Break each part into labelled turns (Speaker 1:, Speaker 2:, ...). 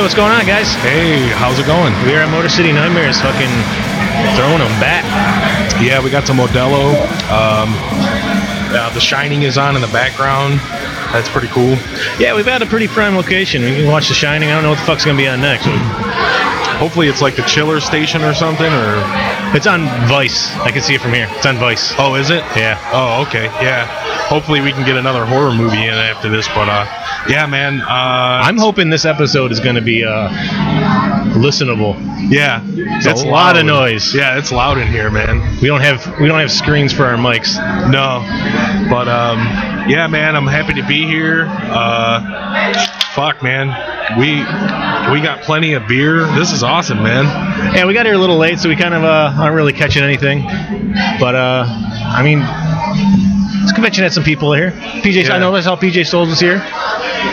Speaker 1: what's going on, guys?
Speaker 2: Hey, how's it going?
Speaker 1: We are at Motor City Nightmares, fucking throwing them back.
Speaker 2: Yeah, we got some Modelo. Um, uh, the Shining is on in the background. That's pretty cool.
Speaker 1: Yeah, we've had a pretty prime location. We can watch The Shining. I don't know what the fuck's gonna be on next.
Speaker 2: Hopefully, it's like the chiller station or something. Or
Speaker 1: It's on Vice. I can see it from here. It's on Vice.
Speaker 2: oh, is it?
Speaker 1: Yeah.
Speaker 2: Oh, okay. Yeah. Hopefully, we can get another horror movie in after this. But uh, yeah, man. Uh,
Speaker 1: I'm hoping this episode is gonna be uh, listenable.
Speaker 2: yeah,
Speaker 1: That's a lot of noise.
Speaker 2: Yeah, it's loud in here, man.
Speaker 1: We don't have we don't have screens for our mics.
Speaker 2: No, but um, yeah, man, I'm happy to be here. Uh, fuck, man, we we got plenty of beer. This is awesome, man.
Speaker 1: Yeah, we got here a little late, so we kind of uh, aren't really catching anything. But uh, I mean, this convention had some people here. PJ,
Speaker 2: Yeah.
Speaker 1: I know I saw PJ Souls was here.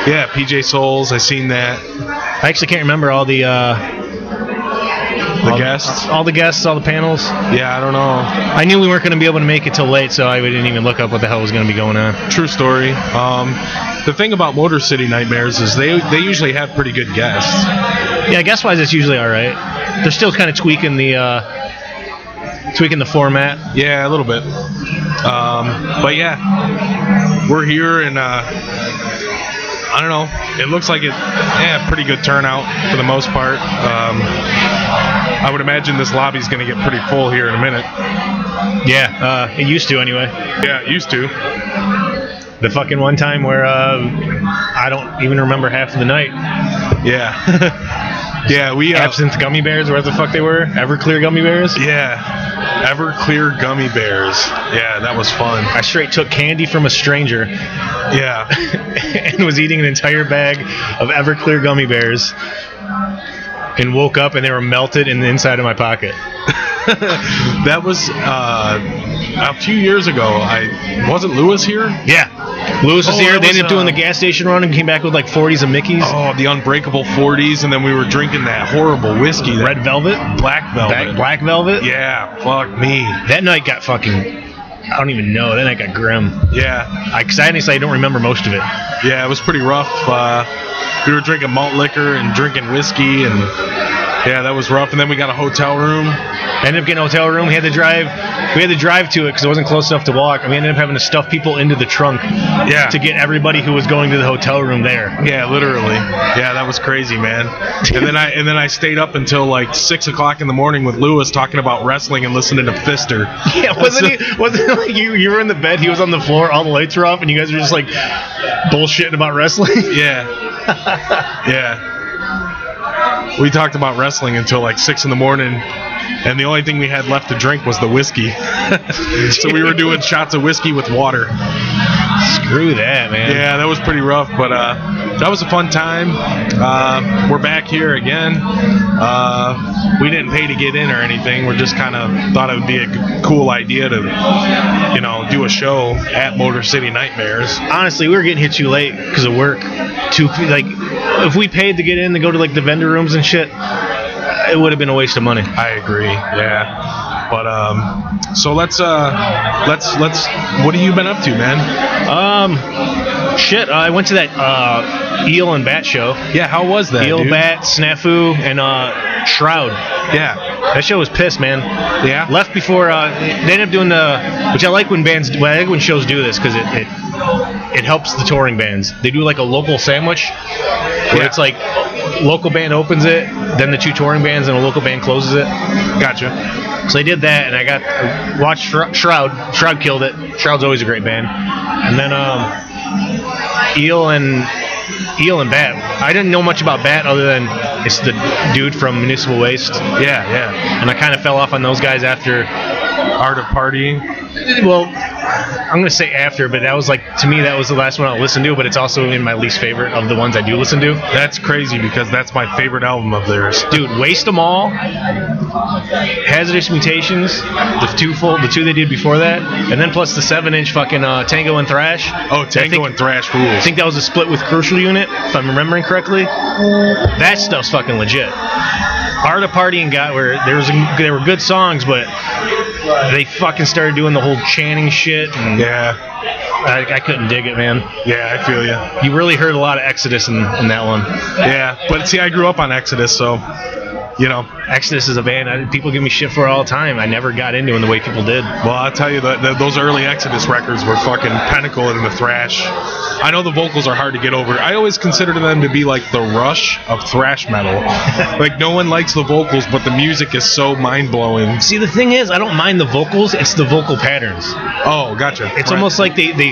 Speaker 2: Yeah, PJ Souls, I seen that.
Speaker 1: I actually can't remember all the uh,
Speaker 2: The
Speaker 1: all,
Speaker 2: guests.
Speaker 1: all the guests, all the panels.
Speaker 2: Yeah, I don't know.
Speaker 1: I knew we weren't going to be able to make it till late, so I didn't even look up what the hell was going to be going on.
Speaker 2: True story. Um, the thing about Motor City Nightmares is they they usually have pretty good guests.
Speaker 1: Yeah, guess wise, it's usually all right. They're still kind of tweaking the uh, tweaking the format.
Speaker 2: Yeah, a little bit. Um, but yeah, we're here and uh, I don't know. It looks like it. Yeah, pretty good turnout for the most part. Um, I would imagine this lobby's going to get pretty full here in a minute.
Speaker 1: Yeah, uh, it used to anyway.
Speaker 2: Yeah, it used to.
Speaker 1: The fucking one time where uh, I don't even remember half of the night.
Speaker 2: Yeah. yeah, we. Uh,
Speaker 1: Absinthe gummy bears, where the fuck they were? Everclear gummy bears?
Speaker 2: yeah. Everclear gummy bears. Yeah, that was fun.
Speaker 1: I straight took candy from a stranger
Speaker 2: Yeah.
Speaker 1: and was eating an entire bag of Everclear gummy bears and woke up and they were melted in the inside of my pocket.
Speaker 2: that was uh, a few years ago. I wasn't Lewis here.
Speaker 1: Yeah. Lewis was
Speaker 2: Oh,
Speaker 1: here.
Speaker 2: that
Speaker 1: They
Speaker 2: was,
Speaker 1: ended up doing
Speaker 2: uh,
Speaker 1: the gas station run and came back with like 40s of Mickey's.
Speaker 2: Oh, the unbreakable 40s, and then we were drinking that horrible whiskey, that
Speaker 1: Red Velvet.
Speaker 2: black
Speaker 1: Black,
Speaker 2: velvet.
Speaker 1: black Velvet.
Speaker 2: Yeah, fuck me.
Speaker 1: That night got fucking. I don't even know. That night got grim.
Speaker 2: Yeah,
Speaker 1: I, cause I honestly I don't remember most of it.
Speaker 2: yeah, it was pretty rough. Uh, we were drinking malt liquor and drinking whiskey, and yeah, that was rough. And then we got a hotel room.
Speaker 1: Ended up getting a hotel room. We had to drive. We had to drive to it because it wasn't close enough to walk. And we ended up having to stuff people into the trunk
Speaker 2: Yeah,
Speaker 1: to get everybody who was going to the hotel room there.
Speaker 2: yeah, literally. Yeah, that was crazy, man. And then I and then I stayed up until like six o'clock in the morning with Lewis talking about wrestling and listening to Fister.
Speaker 1: Yeah, wasn't he? Wasn't it like you? You were in the bed. He was on the floor. All the lights were off, and you guys were just like bullshitting about wrestling.
Speaker 2: Yeah. yeah. We talked about wrestling until like six in the morning, and the only thing we had left to drink was the whiskey. so we were doing shots of whiskey with water.
Speaker 1: Screw that, man.
Speaker 2: Yeah, that was pretty rough, but uh, that was a fun time. Uh, we're back here again. Uh, we didn't pay to get in or anything. We're just kind of thought it would be a g- cool idea to, you know, do a show at Motor City Nightmares.
Speaker 1: Honestly, we were getting here too late because of work. Too like, if we paid to get in to go to like the vendor rooms and shit, it would have been a waste of money.
Speaker 2: I agree. Yeah. But um, so let's uh, let's let's. What have you been up to, man?
Speaker 1: Um, shit. I went to that uh, eel and bat show.
Speaker 2: Yeah. How was that?
Speaker 1: Eel,
Speaker 2: dude?
Speaker 1: bat, snafu, and uh, shroud.
Speaker 2: Yeah.
Speaker 1: That show was pissed, man.
Speaker 2: Yeah?
Speaker 1: Left before uh, they ended up doing the, which I like when bands, well, I like when shows do this because it, it it helps the touring bands. They do like a local sandwich where
Speaker 2: Yeah.
Speaker 1: it's like local band opens it, then the two touring bands and a local band closes it.
Speaker 2: Gotcha.
Speaker 1: So they did that, and I got I watched Shro- Shroud. Shroud killed it. Shroud's always a great band. And then um, Eel and Eel and Bat. I didn't know much about Bat other than it's the dude from Municipal Waste
Speaker 2: Yeah. Yeah.
Speaker 1: and I kind of fell off on those guys after.
Speaker 2: Art of partying.
Speaker 1: Well, I'm gonna say after, but that was like to me that was the last one I listened to, but it's also in my least favorite of the ones I do listen to.
Speaker 2: That's crazy because that's my favorite album of theirs.
Speaker 1: Dude, waste them all. Hazardous mutations, the two full, the two they did before that, and then plus the seven-inch fucking uh, Tango and Thrash.
Speaker 2: Oh,
Speaker 1: I
Speaker 2: Tango
Speaker 1: think-
Speaker 2: and Thrash
Speaker 1: I
Speaker 2: rules.
Speaker 1: think that was a split with Crucial Unit, if I'm remembering correctly. That stuff's fucking legit. Art of Partying got where there was there were good songs, but they fucking started doing the whole chanting shit and
Speaker 2: Yeah.
Speaker 1: I, I couldn't dig it, man.
Speaker 2: Yeah, I feel you.
Speaker 1: You really heard a lot of Exodus in, in that one.
Speaker 2: Yeah, but see, I grew up on Exodus, so you know.
Speaker 1: Exodus is a band I, people give me shit for all the time. I never got into in the way people did.
Speaker 2: Well, I tell you that that those early Exodus records were fucking pinnacle in the thrash. I know the vocals are hard to get over. I always consider them to be like the rush of thrash metal. like no one likes the vocals, but the music is so mind blowing.
Speaker 1: See, the thing is, I don't mind the vocals. It's the vocal patterns.
Speaker 2: Oh, gotcha.
Speaker 1: It's
Speaker 2: Right.
Speaker 1: almost like they, they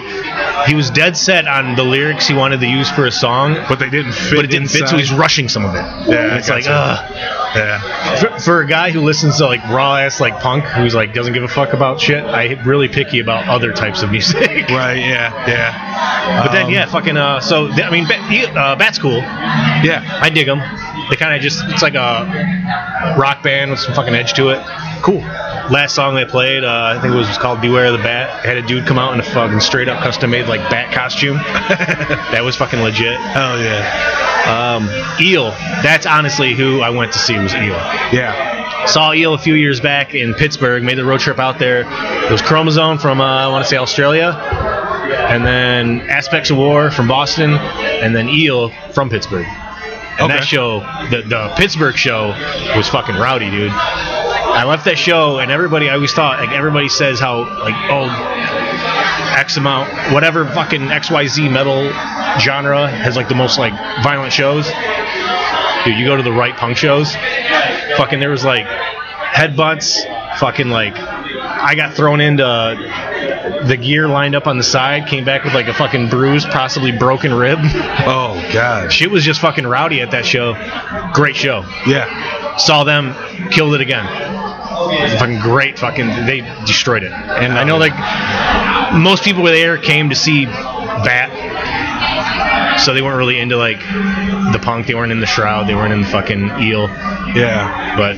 Speaker 1: he was dead set on the lyrics he wanted to use for a song,
Speaker 2: but they didn't fit.
Speaker 1: but it didn't fit, so he's rushing some of it.
Speaker 2: Yeah, I
Speaker 1: it's like,
Speaker 2: gotcha.
Speaker 1: ugh.
Speaker 2: yeah.
Speaker 1: For, for a guy who listens to like raw ass like punk, who's like doesn't give a fuck about shit, I really picky about other types of music.
Speaker 2: Right. Yeah. Yeah.
Speaker 1: But then
Speaker 2: Um,
Speaker 1: yeah, fucking uh, so th- I mean, Bat, he- uh, Bat's cool.
Speaker 2: Yeah.
Speaker 1: I dig them. They kind of just it's like a rock band with some fucking edge to it. Cool. Last song they played, uh, I think it was called "Beware of the Bat." Had a dude come out in a fucking straight up custom made like bat costume. that was fucking legit.
Speaker 2: Hell yeah.
Speaker 1: Um, Eel. That's honestly who I went to see was Eel.
Speaker 2: Yeah.
Speaker 1: Saw Eel a few years back in Pittsburgh. Made the road trip out there. It was Chromazone from uh, I want to say Australia, and then Aspects of War from Boston, and then Eel from Pittsburgh. And
Speaker 2: Okay.
Speaker 1: that show, the the Pittsburgh show, was fucking rowdy, dude. I left that show, and everybody I always thought like everybody says how like oh. X amount, whatever fucking XYZ metal genre has like the most like violent shows dude, you go to the right punk shows, fucking there was like headbutts, fucking like I got thrown into the gear lined up on the side, came back with like a fucking bruise, possibly broken rib.
Speaker 2: Oh gosh.
Speaker 1: Shit was just fucking rowdy at that show. Great show.
Speaker 2: Yeah.
Speaker 1: Saw them, killed it again. Fucking great, fucking they destroyed it. And I know like most people were there came to see Bat, so they weren't really into like the punk. They weren't in the shroud. They weren't in the fucking eel.
Speaker 2: Yeah.
Speaker 1: But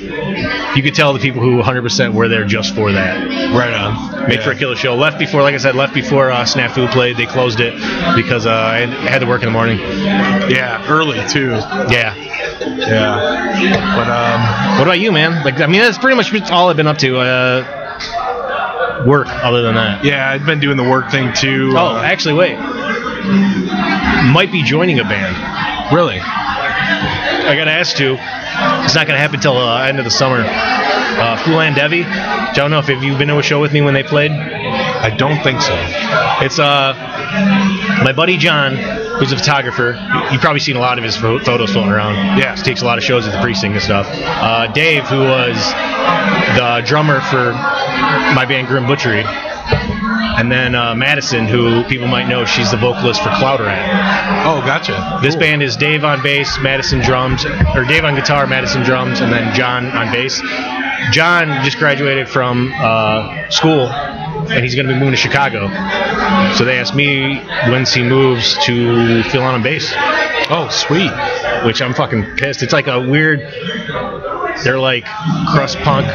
Speaker 1: you could tell the people who 100% were there just for that.
Speaker 2: Right on.
Speaker 1: Made
Speaker 2: yeah.
Speaker 1: for a killer show. Left before, like I said, left before uh, Snafu played. They closed it because uh, I had- I had to work in the morning.
Speaker 2: Yeah. Early too.
Speaker 1: Yeah.
Speaker 2: Yeah. But um.
Speaker 1: What about you, man? Like, I mean, that's pretty much all I've been up to. Uh, work, other than that.
Speaker 2: Yeah, I've been doing the work thing too.
Speaker 1: Oh,
Speaker 2: uh,
Speaker 1: actually, wait. Might be joining a band.
Speaker 2: eh. really?
Speaker 1: I got asked to. It's not going to happen till uh, end of the summer. Uh, Fulan Devi. I don't know if have you been to a show with me when they played.
Speaker 2: I don't think so.
Speaker 1: It's uh, my buddy John, who's a photographer. You've probably seen a lot of his pho- photos floating around.
Speaker 2: Yeah.
Speaker 1: he takes a lot of shows at the precinct and stuff. Uh, Dave, who was the drummer for my band Grim Butchery, and then uh, Madison, who people might know, she's the vocalist for Cloud Rat.
Speaker 2: Oh, gotcha.
Speaker 1: This band is Dave on bass, Madison drums, or Dave on guitar, Madison drums, and then John on bass. John just graduated from uh, school, and he's going to be moving to Chicago. So they asked me when's he moves to fill on bass,
Speaker 2: Oh, sweet.
Speaker 1: which I'm fucking pissed. It's like a weird. They're like crust punk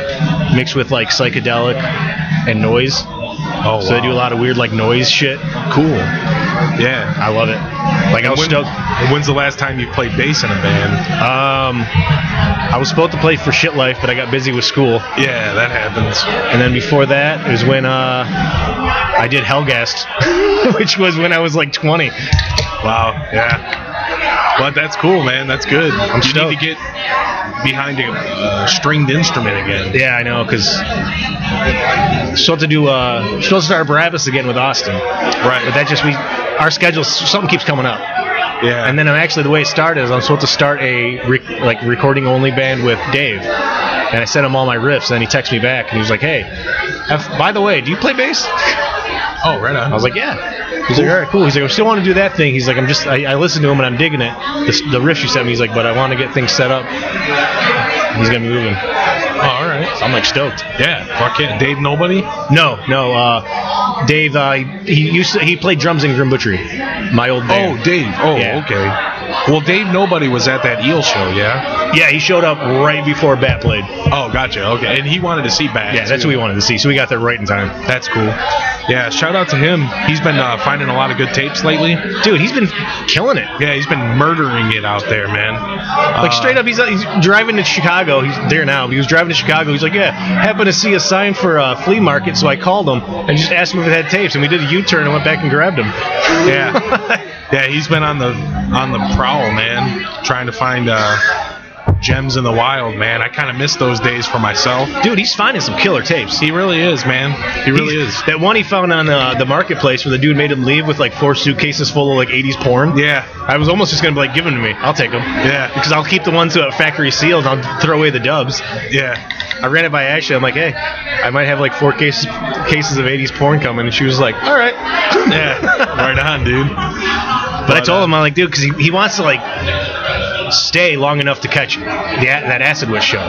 Speaker 1: mixed with like psychedelic and noise.
Speaker 2: Oh,
Speaker 1: So they do a lot of weird like noise shit.
Speaker 2: Cool. Yeah.
Speaker 1: I love it. Like I was
Speaker 2: When-
Speaker 1: stoked.
Speaker 2: When's the last time you played bass in a band?
Speaker 1: Um, I was supposed to play for Shit Life, but I got busy with school.
Speaker 2: Yeah, that happens.
Speaker 1: And then before that, it was when uh, I did Hellgast, which was when I was like 20.
Speaker 2: Wow. Yeah. But that's cool, man. That's good. you
Speaker 1: stoked.
Speaker 2: need to get behind a uh, stringed instrument again.
Speaker 1: Yeah, I know, because she'll have to do uh, she'll have to start Barabbas again with Austin.
Speaker 2: Right.
Speaker 1: But that just we our schedule something keeps coming up.
Speaker 2: yeah.
Speaker 1: And then I'm actually the way it started is I'm supposed to start a re- like recording only band with Dave. And I sent him all my riffs, and then he texted me back, and he was like, "Hey, F- by the way, do you play bass?"
Speaker 2: oh, right on.
Speaker 1: I was like, yeah. He's like, all right, cool. He's like, I still want to do that thing. He's like, I'm just, I, I listen to him and I'm digging it. This, the riff you sent me, he's like, but I want to get things set up. He's gonna be moving.
Speaker 2: oh, all right.
Speaker 1: I'm like stoked.
Speaker 2: Yeah. Oh, Fuck it. Dave Nobody?
Speaker 1: No, no. Uh, Dave, uh, he used to, he played drums in Grim Butchery, my old band.
Speaker 2: Oh, Dave. Oh,
Speaker 1: Yeah.
Speaker 2: okay. Well, Dave Nobody was at that eel show, yeah?
Speaker 1: yeah, he showed up right before Bat played.
Speaker 2: Oh, gotcha. Okay. And he wanted to see Bat.
Speaker 1: Yeah, that's
Speaker 2: too.
Speaker 1: what we wanted to see. So we got there right in time.
Speaker 2: That's cool. Yeah, shout out to him. He's been uh, finding a lot of good tapes lately.
Speaker 1: Dude, he's been killing it.
Speaker 2: Yeah, he's been murdering it out there, man. Uh,
Speaker 1: Like straight up, he's, he's driving to Chicago. He's there now. He was driving happened in Chicago. He's like, yeah, happened to see a sign for a flea market, so I called him and just asked him if it had tapes, and we did a U-turn and went back and grabbed him.
Speaker 2: Uh, Yeah, yeah, he's been on the on the prowl, man, trying to find uh, gems in the wild, man. I kind of miss those days for myself.
Speaker 1: Dude, he's finding some killer tapes.
Speaker 2: He really is, man. He really
Speaker 1: He's-
Speaker 2: is.
Speaker 1: That one he found on uh, the marketplace where the dude made him leave with like four suitcases full of like 80s porn.
Speaker 2: Yeah,
Speaker 1: I was almost just gonna be like, give them to me. I'll take them.
Speaker 2: Yeah.
Speaker 1: Because I'll keep the ones that are factory sealed. I'll throw away the dubs.
Speaker 2: yeah,
Speaker 1: I ran it by Ashley. I'm like, hey, I might have like four cases cases of 80s porn coming, and she was like, all right.
Speaker 2: yeah. right on, dude.
Speaker 1: But I told him, I'm like, dude, because he, he wants to like stay long enough to catch the, that acid wish show.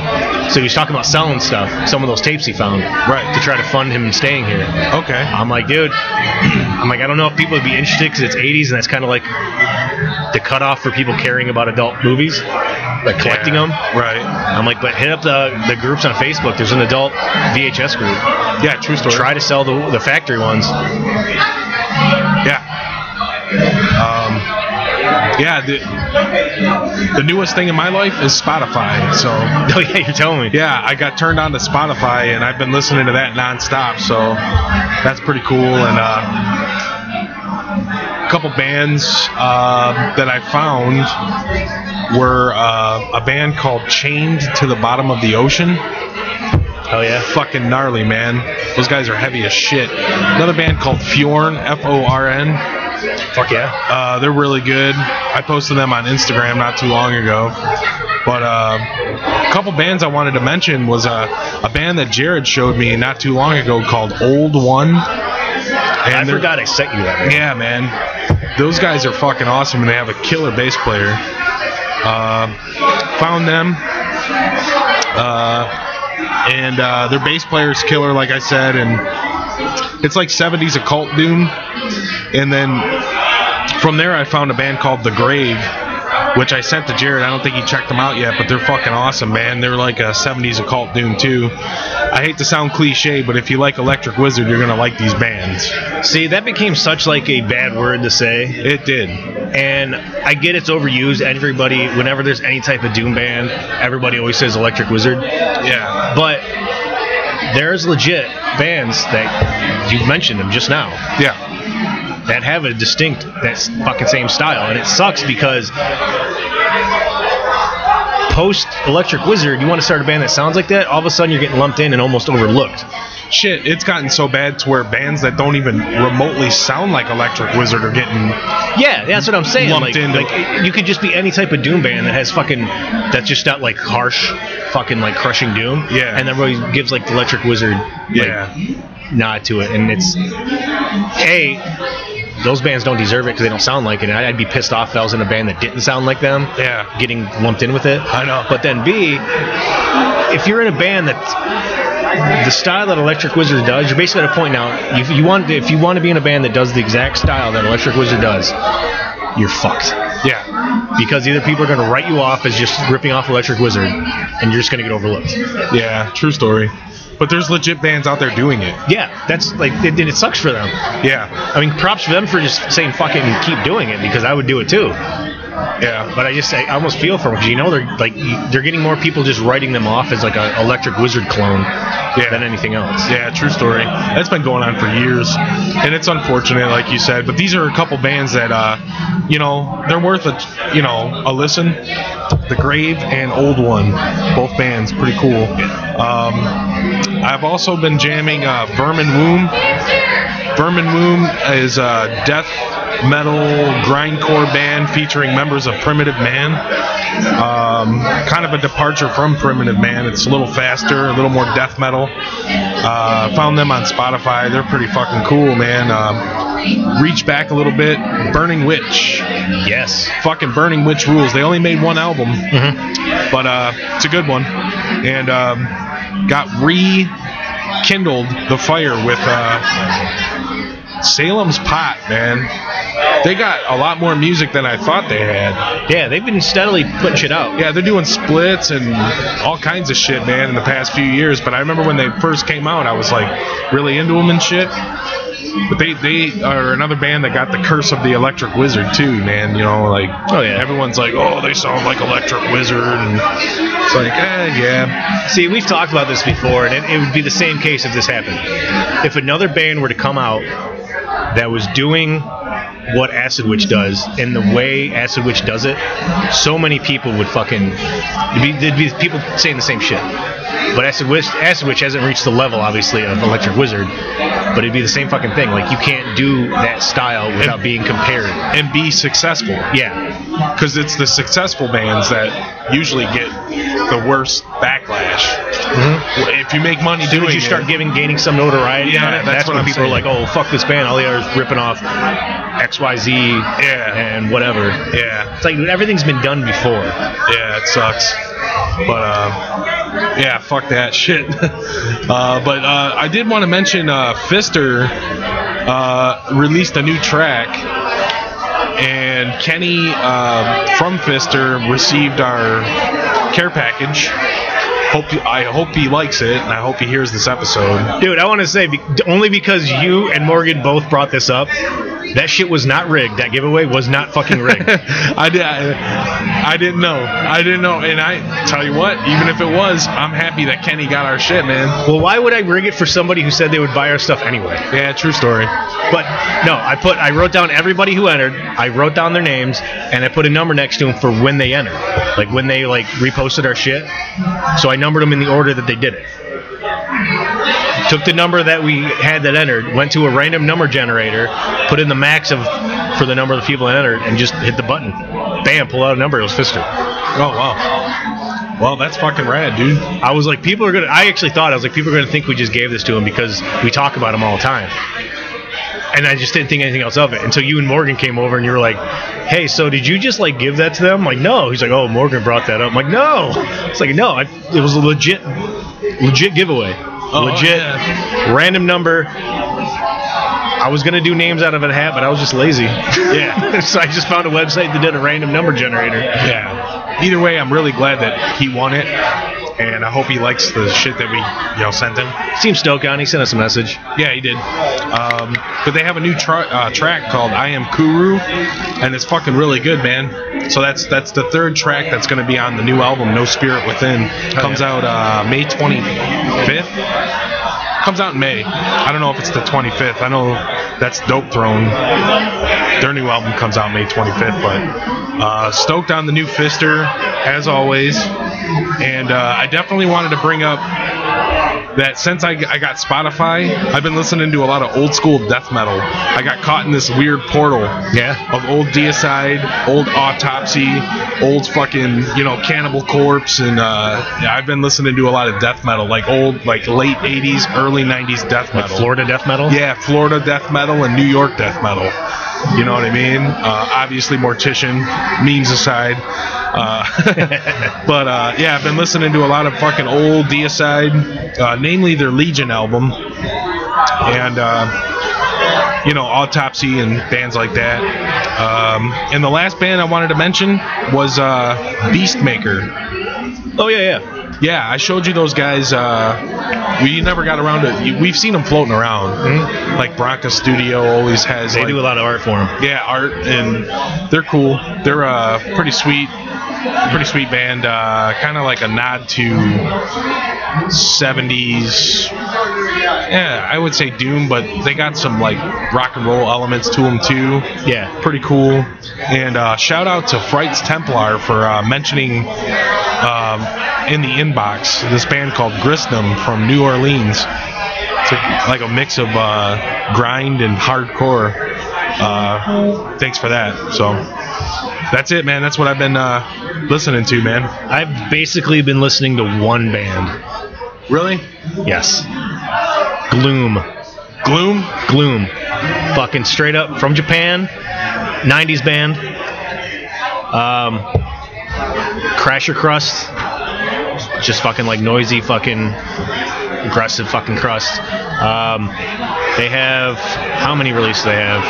Speaker 1: So he was talking about selling stuff, some of those tapes he found,
Speaker 2: Right.
Speaker 1: to try to fund him staying here.
Speaker 2: Okay.
Speaker 1: I'm like, dude, I'm like, I don't know if people would be interested because it's 80s and that's kind of like the cutoff for people caring about adult movies, like collecting
Speaker 2: Yeah,
Speaker 1: them.
Speaker 2: Right.
Speaker 1: I'm like, but hit up the, the groups on Facebook. There's an adult VHS group.
Speaker 2: Yeah, true story.
Speaker 1: Try to sell the, the factory ones. Oh,
Speaker 2: Yeah. Um, yeah, the, the newest thing in my life is Spotify. So,
Speaker 1: Oh, yeah, you're telling me.
Speaker 2: yeah, I got turned on to Spotify and I've been listening to that nonstop. So, that's pretty cool. And uh, a couple bands uh, that I found were uh, a band called Chained to the Bottom of the Ocean
Speaker 1: Oh, yeah.
Speaker 2: fucking gnarly, man. Those guys are heavy as shit. Another band called Fjorn, F O R N.
Speaker 1: Fuck yeah.
Speaker 2: Uh, they're really good. I posted them on Instagram not too long ago. But uh, a couple bands I wanted to mention was uh, a band that Jared showed me not too long ago called Old One. And
Speaker 1: I
Speaker 2: they're-
Speaker 1: forgot I sent you that.
Speaker 2: yeah, man. Those guys are fucking awesome, and they have a killer bass player. Uh, found them. Uh, and uh, their bass player is killer, like I said, and it's like 70s occult doom. And then from there, I found a band called The Grave, which I sent to Jared. I don't think he checked them out yet, but they're fucking awesome, man. They're like a 70s occult doom, too. I hate to sound cliche, but if you like Electric Wizard, you're going to like these bands.
Speaker 1: See, that became such like a bad word to say.
Speaker 2: It did.
Speaker 1: And I get it's overused. Everybody, whenever there's any type of doom band, everybody always says Electric Wizard.
Speaker 2: Yeah.
Speaker 1: But there's legit bands that you mentioned them just now
Speaker 2: Yeah.
Speaker 1: that have a distinct that s- fucking same style, and it sucks because post Electric Wizard, you want to start a band that sounds like that. All of a sudden, you're getting lumped in and almost overlooked.
Speaker 2: Shit, it's gotten so bad to where bands that don't even remotely sound like Electric Wizard are getting.
Speaker 1: Yeah, that's what I'm saying.
Speaker 2: Lumped
Speaker 1: like,
Speaker 2: into-
Speaker 1: like, you could just be any type of doom band that has fucking that's just not like harsh, fucking like crushing doom.
Speaker 2: Yeah.
Speaker 1: and everybody gives like the Electric Wizard. like,
Speaker 2: Yeah.
Speaker 1: nod to it, and it's a those bands don't deserve it because they don't sound like it. And I'd be pissed off if I was in a band that didn't sound like them,
Speaker 2: Yeah.
Speaker 1: getting lumped in with it.
Speaker 2: I know.
Speaker 1: But then B, if you're in a band that the style that Electric Wizard does, you're basically at a point now. If you want, if you want to be in a band that does the exact style that Electric Wizard does, you're fucked.
Speaker 2: Yeah.
Speaker 1: Because either people are going to write you off as just ripping off Electric Wizard, and you're just going to get overlooked.
Speaker 2: Yeah. True story. But there's legit bands out there doing it.
Speaker 1: Yeah, that's like, it, and it sucks for them.
Speaker 2: Yeah.
Speaker 1: I mean, props for them for just saying fucking keep doing it because I would do it too.
Speaker 2: Yeah.
Speaker 1: But I just I almost feel for them because you know they're like they're getting more people just writing them off as like a electric wizard clone than anything else.
Speaker 2: Yeah, true story. That's been going on for years, and it's unfortunate, like you said. But these are a couple bands that, uh, you know, they're worth a, you know, a listen. The Grave and Old One, both bands, pretty cool. Um, I've also been jamming uh, Vermin Womb. Vermin Womb is a death metal grindcore band featuring members of Primitive Man. Um, kind of a departure from Primitive Man. It's a little faster, a little more death metal. Uh, found them on Spotify. They're pretty fucking cool, man. Um, reach back a little bit. Burning Witch.
Speaker 1: Yes.
Speaker 2: Fucking Burning Witch rules. They only made one album,
Speaker 1: hmm
Speaker 2: but uh, it's a good one. And um, got rekindled the fire with uh, Salem's Pot, man. They got a lot more music than I thought they had.
Speaker 1: Yeah, they've been steadily putting shit out.
Speaker 2: Yeah, they're doing splits and all kinds of shit, man, in the past few years. But I remember when they first came out, I was like really into them and shit. But they they are another band that got the curse of the Electric Wizard too, man. You know, like
Speaker 1: Oh, yeah.
Speaker 2: everyone's like, oh, they sound like Electric Wizard, and it's like, eh, yeah,
Speaker 1: See, we've talked about this before, and it, it would be the same case if this happened. If another band were to come out that was doing what Acid Witch does and the way Acid Witch does it, so many people would fucking. There'd be, there'd be people saying the same shit. But Acid Witch, Acid Witch hasn't reached the level, obviously, of Electric Wizard, but it'd be the same fucking thing. Like, you can't do that style without being compared.
Speaker 2: and be successful.
Speaker 1: Yeah.
Speaker 2: because it's the successful bands that usually get the worst backlash. If you make money
Speaker 1: As Mm-hmm. soon
Speaker 2: doing
Speaker 1: as you
Speaker 2: it,
Speaker 1: start giving gaining some notoriety
Speaker 2: Yeah,
Speaker 1: on it,
Speaker 2: that's
Speaker 1: that's,
Speaker 2: what
Speaker 1: when
Speaker 2: I'm
Speaker 1: people are
Speaker 2: saying.
Speaker 1: like, "Oh, fuck this band! All they are is ripping off XYZ and whatever."
Speaker 2: yeah,
Speaker 1: It's like dude, everything's been done before.
Speaker 2: yeah, it sucks. But uh, yeah, fuck that shit. uh, but uh, I did want to mention uh, Fister uh, released a new track. And Kenny uh, from Fister received our care package. Hope I hope he likes it, and I hope he hears this episode.
Speaker 1: Dude, I want to say be- only because you and Morgan both brought this up, that shit was not rigged. That giveaway was not fucking rigged.
Speaker 2: I did. I, I didn't know. I didn't know. And I tell you what, even if it was, I'm happy that Kenny got our shit, man.
Speaker 1: well, why would I rig it for somebody who said they would buy our stuff anyway?
Speaker 2: Yeah, true story.
Speaker 1: But no, I put I wrote down everybody who entered. I wrote down their names and I put a number next to them for when they entered, like when they like reposted our shit. So I numbered them in the order that they did it. Took the number that we had that entered, went to a random number generator, put in the max of for the number of people that entered, and just hit the button. Bam! Pull out a number. It was Fister.
Speaker 2: Oh wow. Well, that's fucking rad, dude.
Speaker 1: I was like, people are gonna. I actually thought I was like, people are gonna think we just gave this to him because we talk about him all the time. And I just didn't think anything else of it until you and Morgan came over and you were like, "Hey, so did you just like give that to them?" I'm like, no. He's like, "Oh, Morgan brought that up." I'm like, no. It's like, no. I, it was a legit, legit giveaway. legit, random number. I was gonna do names out of a hat, but I was just lazy. Yeah. so I just found a website that did a random number generator.
Speaker 2: Yeah. Either way, I'm really glad that he won it, and I hope he likes the shit that we you know sent him.
Speaker 1: Seems stoked on. He sent us a message.
Speaker 2: Yeah, he did. Um, but they have a new tra- uh, track called "I Am Kuru," and it's fucking really good, man. So that's that's the third track that's going to be on the new album, "No Spirit Within." Comes out uh, May 25th. Comes out in May. I don't know if it's the 25th. I know that's Dope Throne. Their new album comes out May 25th, but uh, stoked on the new Fister as always. And uh, I definitely wanted to bring up that since I, I got Spotify, I've been listening to a lot of old school death metal. I got caught in this weird portal
Speaker 1: Yeah.
Speaker 2: of old Deicide, old Autopsy, old fucking you know Cannibal Corpse, and uh, yeah, I've been listening to a lot of death metal, like old like late '80s, early '90s death metal.
Speaker 1: Florida death metal.
Speaker 2: Yeah, Florida death metal and New York death metal. You know what I mean? Uh, obviously, Mortician, memes aside. Uh, but uh, yeah, I've been listening to a lot of fucking old Deicide, uh, namely their Legion album. And. Uh, you know, Autopsy and bands like that. Um, and the last band I wanted to mention was uh, Beastmaker.
Speaker 1: Oh yeah, yeah.
Speaker 2: Yeah, I showed you those guys. Uh, we never got around to. you- We've seen them floating around. Like Bronca Studio always has.
Speaker 1: Mm-hmm. They
Speaker 2: like-
Speaker 1: do a lot of art for him.
Speaker 2: Yeah, art and they're cool. They're uh, pretty sweet, pretty sweet band. Uh, kind of like a nod to '70s. Yeah, I would say doom, but they got some like rock and roll elements to them too
Speaker 1: Yeah.
Speaker 2: pretty cool. And uh, shout out to Frights Templar for uh, mentioning um, in the inbox this band called Gristnum from New Orleans. It's a, like a mix of uh, grind and hardcore. Uh, thanks for that. So that's it, man. That's what I've been uh, listening to, man.
Speaker 1: I've basically been listening to one band.
Speaker 2: Really?
Speaker 1: Yes. Gloom.
Speaker 2: Gloom?
Speaker 1: Gloom. Fucking straight up from Japan. 90s band. Um, Crasher Crust. Just fucking like noisy, fucking aggressive fucking crust. Um, they have. How many releases do they have?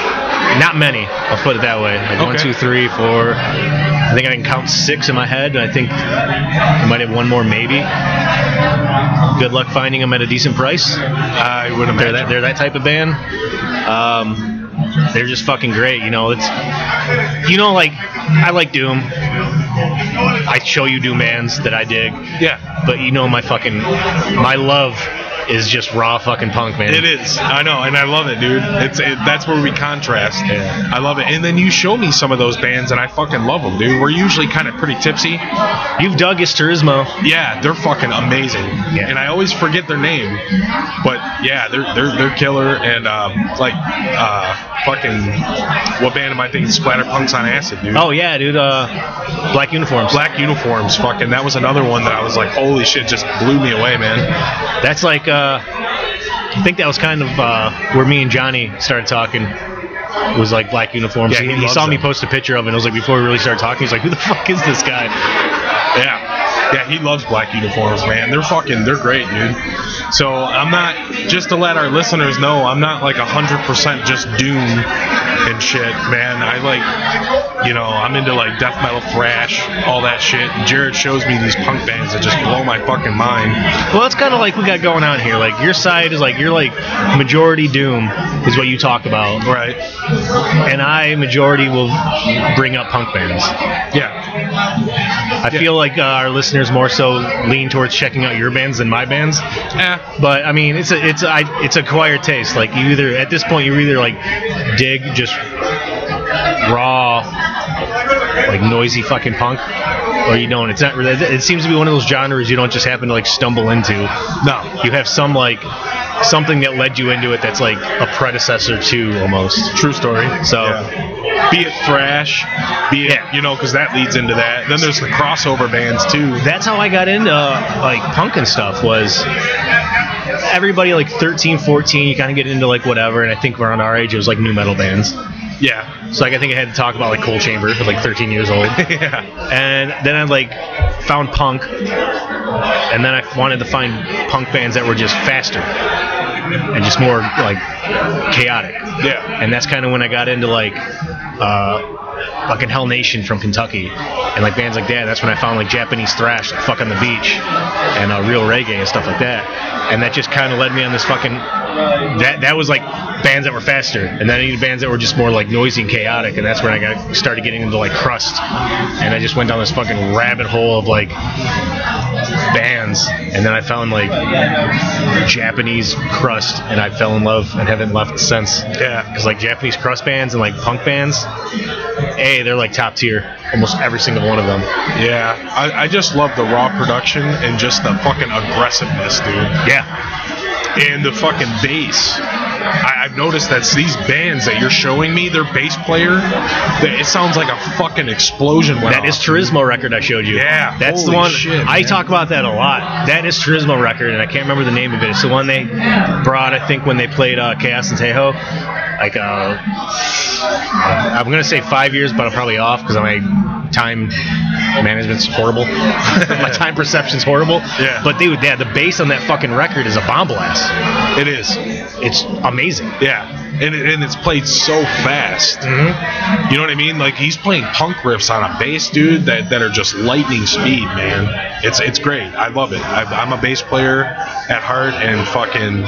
Speaker 1: Not many. I'll put it that way. Like one,
Speaker 2: Okay.
Speaker 1: two, three, four. I think I can count six in my head, and I think I might have one more, maybe. Good luck finding them at a decent price.
Speaker 2: I would
Speaker 1: They're
Speaker 2: imagine.
Speaker 1: that they're that type of band. Um, they're just fucking great. You know, it's you know like I like Doom. I show you Doom bands that I dig,
Speaker 2: Yeah,
Speaker 1: but you know my fucking my love is just raw fucking punk, man.
Speaker 2: it is. I know, and I love it, dude. It's it, that's where we contrast.
Speaker 1: Yeah.
Speaker 2: I love it. And then you show me some of those bands, and I fucking love them, dude. We're usually kind of pretty tipsy.
Speaker 1: You've dug his Turismo.
Speaker 2: Yeah, they're fucking amazing.
Speaker 1: Yeah.
Speaker 2: And I always forget their name, but yeah, they're they're they're killer. And um, like uh, fucking what band am I thinking? Splatter Punks on Acid, dude.
Speaker 1: Oh yeah, dude. Uh, black uniforms.
Speaker 2: Black uniforms, fucking. That was another one that I was like, holy shit, just blew me away, man.
Speaker 1: That's like uh, I think that was kind of uh, where me and Johnny started talking. It was like black uniforms.
Speaker 2: Yeah,
Speaker 1: he,
Speaker 2: he
Speaker 1: he
Speaker 2: loves
Speaker 1: saw me
Speaker 2: them.
Speaker 1: post a picture of it. And it was like before we really started talking. He's like, "Who the fuck is this guy?"
Speaker 2: Yeah. Yeah, he loves black uniforms, man. They're fucking, they're great, dude. So I'm not, just to let our listeners know, I'm not like 100% just doom and shit, man. I like, you know, I'm into like death metal thrash, all that shit. And Jared shows me these punk bands that just blow my fucking mind.
Speaker 1: Well, that's kind of like we got going on here. Like your side is like you're like majority doom is what you talk about,
Speaker 2: Right.
Speaker 1: and I majority will bring up punk bands.
Speaker 2: Yeah.
Speaker 1: I
Speaker 2: Yeah.
Speaker 1: feel like uh, our listeners more so lean towards checking out your bands than my bands.
Speaker 2: Eh.
Speaker 1: But I mean, it's a it's a, I, it's acquired taste. Like you either at this point you either like dig just raw, like noisy fucking punk, or you don't. It's not. really- It seems to be one of those genres you don't just happen to like stumble into.
Speaker 2: No.
Speaker 1: You have some like something that led you into it that's like a predecessor to almost.
Speaker 2: True story.
Speaker 1: So-
Speaker 2: Yeah. be it thrash, be it,
Speaker 1: Yeah.
Speaker 2: you know, because that leads into that. Then there's the crossover bands, too.
Speaker 1: That's how I got into like punk and stuff was everybody like 13, 14, you kind of get into like whatever, and I think around our age it was like new metal bands.
Speaker 2: Yeah.
Speaker 1: So like I think I had to talk about like Cold Chamber at like 13 years old,
Speaker 2: yeah.
Speaker 1: and then I like found punk, and then I wanted to find punk bands that were just faster and just more like chaotic,
Speaker 2: Yeah.
Speaker 1: and that's kind of when I got into like. uh Fucking Hell Nation from Kentucky, and like bands like that. That's when I found like Japanese thrash, like Fuck on the Beach, and uh, real reggae and stuff like that. And that just kind of led me on this fucking. That that was like bands that were faster, and then I needed bands that were just more like noisy and chaotic. And that's when I got started getting into like crust, and I just went down this fucking rabbit hole of like bands, and then I found like Japanese crust, and I fell in love and haven't left since.
Speaker 2: Yeah.
Speaker 1: Because like Japanese crust bands and like punk bands, a they're like top tier, almost every single one of them.
Speaker 2: Yeah, I, I just love the raw production and just the fucking aggressiveness, dude.
Speaker 1: Yeah,
Speaker 2: And the fucking bass. I, I've noticed that these bands that you're showing me, their bass player, that it sounds like a fucking explosion went
Speaker 1: that is
Speaker 2: off.
Speaker 1: Turismo record I showed you.
Speaker 2: Yeah,
Speaker 1: that's the
Speaker 2: holy
Speaker 1: one.
Speaker 2: shit,
Speaker 1: I
Speaker 2: man.
Speaker 1: talk about that a lot. That is Turismo record, and I can't remember the name of it. It's the one they brought, I think, when they played uh, Chaos and Tejo. Like, uh, I'm gonna say five years, but I'm probably off because my time management's horrible. my time perception's horrible.
Speaker 2: Yeah.
Speaker 1: But they would, yeah, the bass on that fucking record is a bomb blast.
Speaker 2: It is.
Speaker 1: It's amazing.
Speaker 2: Yeah. And, it, and it's played so fast.
Speaker 1: Mm-hmm.
Speaker 2: You know what I mean? Like he's playing punk riffs on a bass, dude, that, that are just lightning speed, man. It's it's great. I love it. I, I'm a bass player at heart, and fucking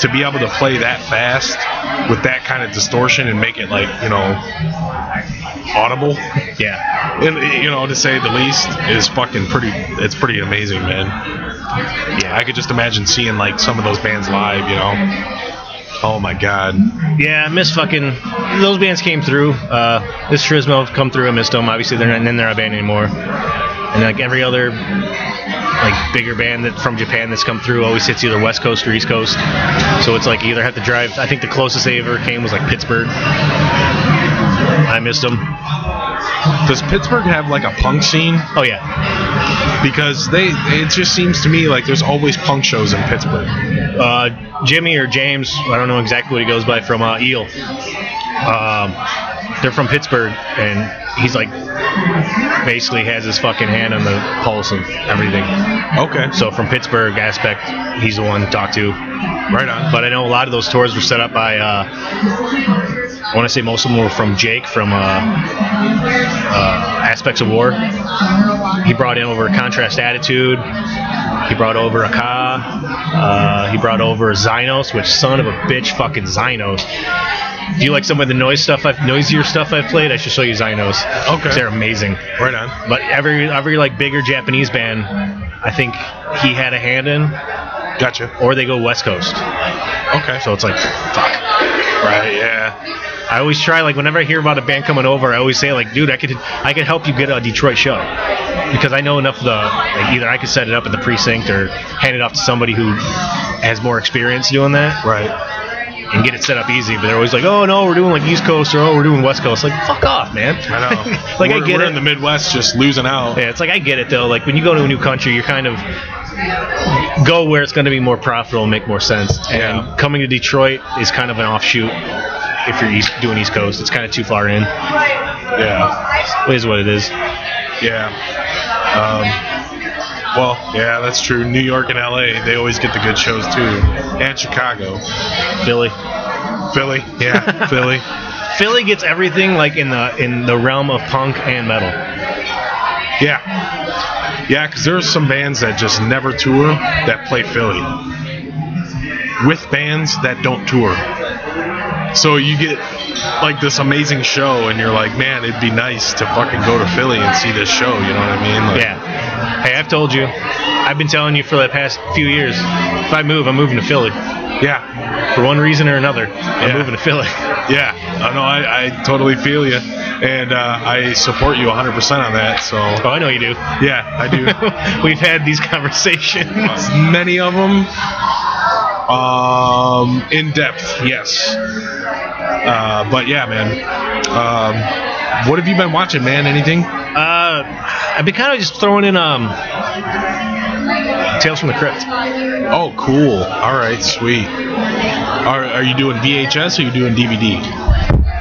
Speaker 2: to be able to play that fast with that kind of distortion and make it like you know audible,
Speaker 1: Yeah.
Speaker 2: and you know to say the least, is fucking pretty. It's pretty amazing, man.
Speaker 1: Yeah.
Speaker 2: I could just imagine seeing like some of those bands live, you know. Oh my god.
Speaker 1: Yeah, I miss fucking those bands came through. Uh, this Trismo have come through. I missed them. Obviously, they're not in their band anymore. And like every other like bigger band that from Japan that's come through always hits either West Coast or East Coast. So it's like you either have to drive. I think the closest they ever came was like Pittsburgh. I missed them.
Speaker 2: Does Pittsburgh have like a punk scene?
Speaker 1: Oh yeah,
Speaker 2: because they it just seems to me like there's always punk shows in Pittsburgh.
Speaker 1: uh, Jimmy or James. I don't know exactly what he goes by from uh, Eel. Um, they're from Pittsburgh, and he's like basically has his fucking hand on the pulse of everything.
Speaker 2: Okay,
Speaker 1: So from Pittsburgh aspect, he's the one to talk to.
Speaker 2: right on.
Speaker 1: But I know a lot of those tours were set up by. Uh, I want to say most of them were from Jake from uh, uh, Aspects of War. He brought in over Contrast Attitude. He brought over Akkad. Uh, he brought over Zynos, which son of a bitch, fucking Zynos. If you like some of the noise stuff, I've, noisier stuff I've played, I should show you Zynos.
Speaker 2: Okay.
Speaker 1: they're amazing.
Speaker 2: Right on.
Speaker 1: But every every like bigger Japanese band, I think he had a hand in,
Speaker 2: Gotcha.
Speaker 1: or they go West Coast.
Speaker 2: Okay.
Speaker 1: So it's like, fuck.
Speaker 2: right. Yeah.
Speaker 1: I always try like whenever I hear about a band coming over, I always say like, dude, I could I could help you get a Detroit show because I know enough of the like either I could set it up at the precinct or hand it off to somebody who has more experience doing that
Speaker 2: Right.
Speaker 1: and get it set up easy. But they're always like, oh no, we're doing like East Coast or oh we're doing West Coast. Like fuck off, man.
Speaker 2: I know.
Speaker 1: like
Speaker 2: we're,
Speaker 1: I get
Speaker 2: we're
Speaker 1: it.
Speaker 2: in the Midwest, just losing out.
Speaker 1: yeah, it's like I get it though. Like when you go to a new country, you're kind of go where it's going to be more profitable and make more sense. And
Speaker 2: Yeah.
Speaker 1: coming to Detroit is kind of an offshoot. If you're east, doing East Coast, it's kind of too far in.
Speaker 2: Yeah.
Speaker 1: It is what it is.
Speaker 2: Yeah. Um, well, yeah, that's true. New York and L.A. They always get the good shows too, and Chicago,
Speaker 1: Philly.
Speaker 2: Philly. Yeah, Philly.
Speaker 1: Philly gets everything like in the in the realm of punk and metal.
Speaker 2: Yeah. Yeah, because there are some bands that just never tour that play Philly with bands that don't tour. So you get like this amazing show, and you're like, man, it'd be nice to fucking go to Philly and see this show. You know what I mean? Like,
Speaker 1: Yeah. Hey, I've told you. I've been telling you for the past few years. If I move, I'm moving to Philly
Speaker 2: Yeah.
Speaker 1: for one reason or another. I'm
Speaker 2: Yeah.
Speaker 1: moving to Philly.
Speaker 2: Yeah. I know. I, I totally feel you, and uh, I support you 100% on that. So
Speaker 1: Oh, I know you do.
Speaker 2: yeah, I do.
Speaker 1: We've had these conversations.
Speaker 2: many of them um, in depth yes uh, but yeah man um, what have you been watching man anything
Speaker 1: Uh, I've been kind of just throwing in um, Tales from the Crypt.
Speaker 2: oh cool all right sweet are, are you doing vhs or you doing dvd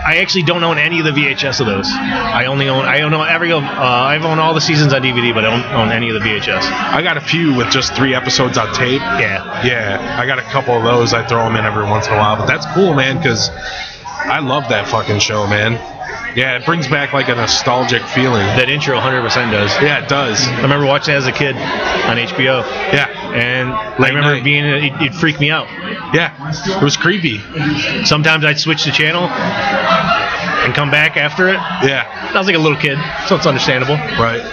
Speaker 1: I actually don't own any of the VHS of those. I only own I own every of- uh, I've owned all the seasons on DVD, but I don't own any of the VHS.
Speaker 2: i got a few with just three episodes on tape
Speaker 1: Yeah.
Speaker 2: yeah i got a couple of those i throw them in every once in a while but that's cool man because i love that fucking show man yeah it brings back like a nostalgic feeling
Speaker 1: That intro 100% does.
Speaker 2: yeah it does
Speaker 1: I remember watching it as a kid on HBO,
Speaker 2: yeah
Speaker 1: and I
Speaker 2: Late
Speaker 1: remember
Speaker 2: night.
Speaker 1: it being it, it freaked me out.
Speaker 2: yeah it was creepy
Speaker 1: Sometimes I'd switch the channel and come back after it.
Speaker 2: yeah
Speaker 1: I was like a little kid, so it's understandable.
Speaker 2: right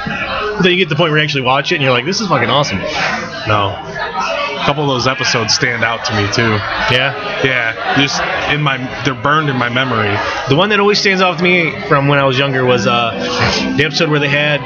Speaker 1: Then you get to the point where you actually watch it, and you're like, "This is fucking awesome."
Speaker 2: No. A couple of those episodes stand out to me too.
Speaker 1: Yeah.
Speaker 2: Yeah, just in my they're burned in my memory.
Speaker 1: The one that always stands out to me from when I was younger was uh, the episode where they had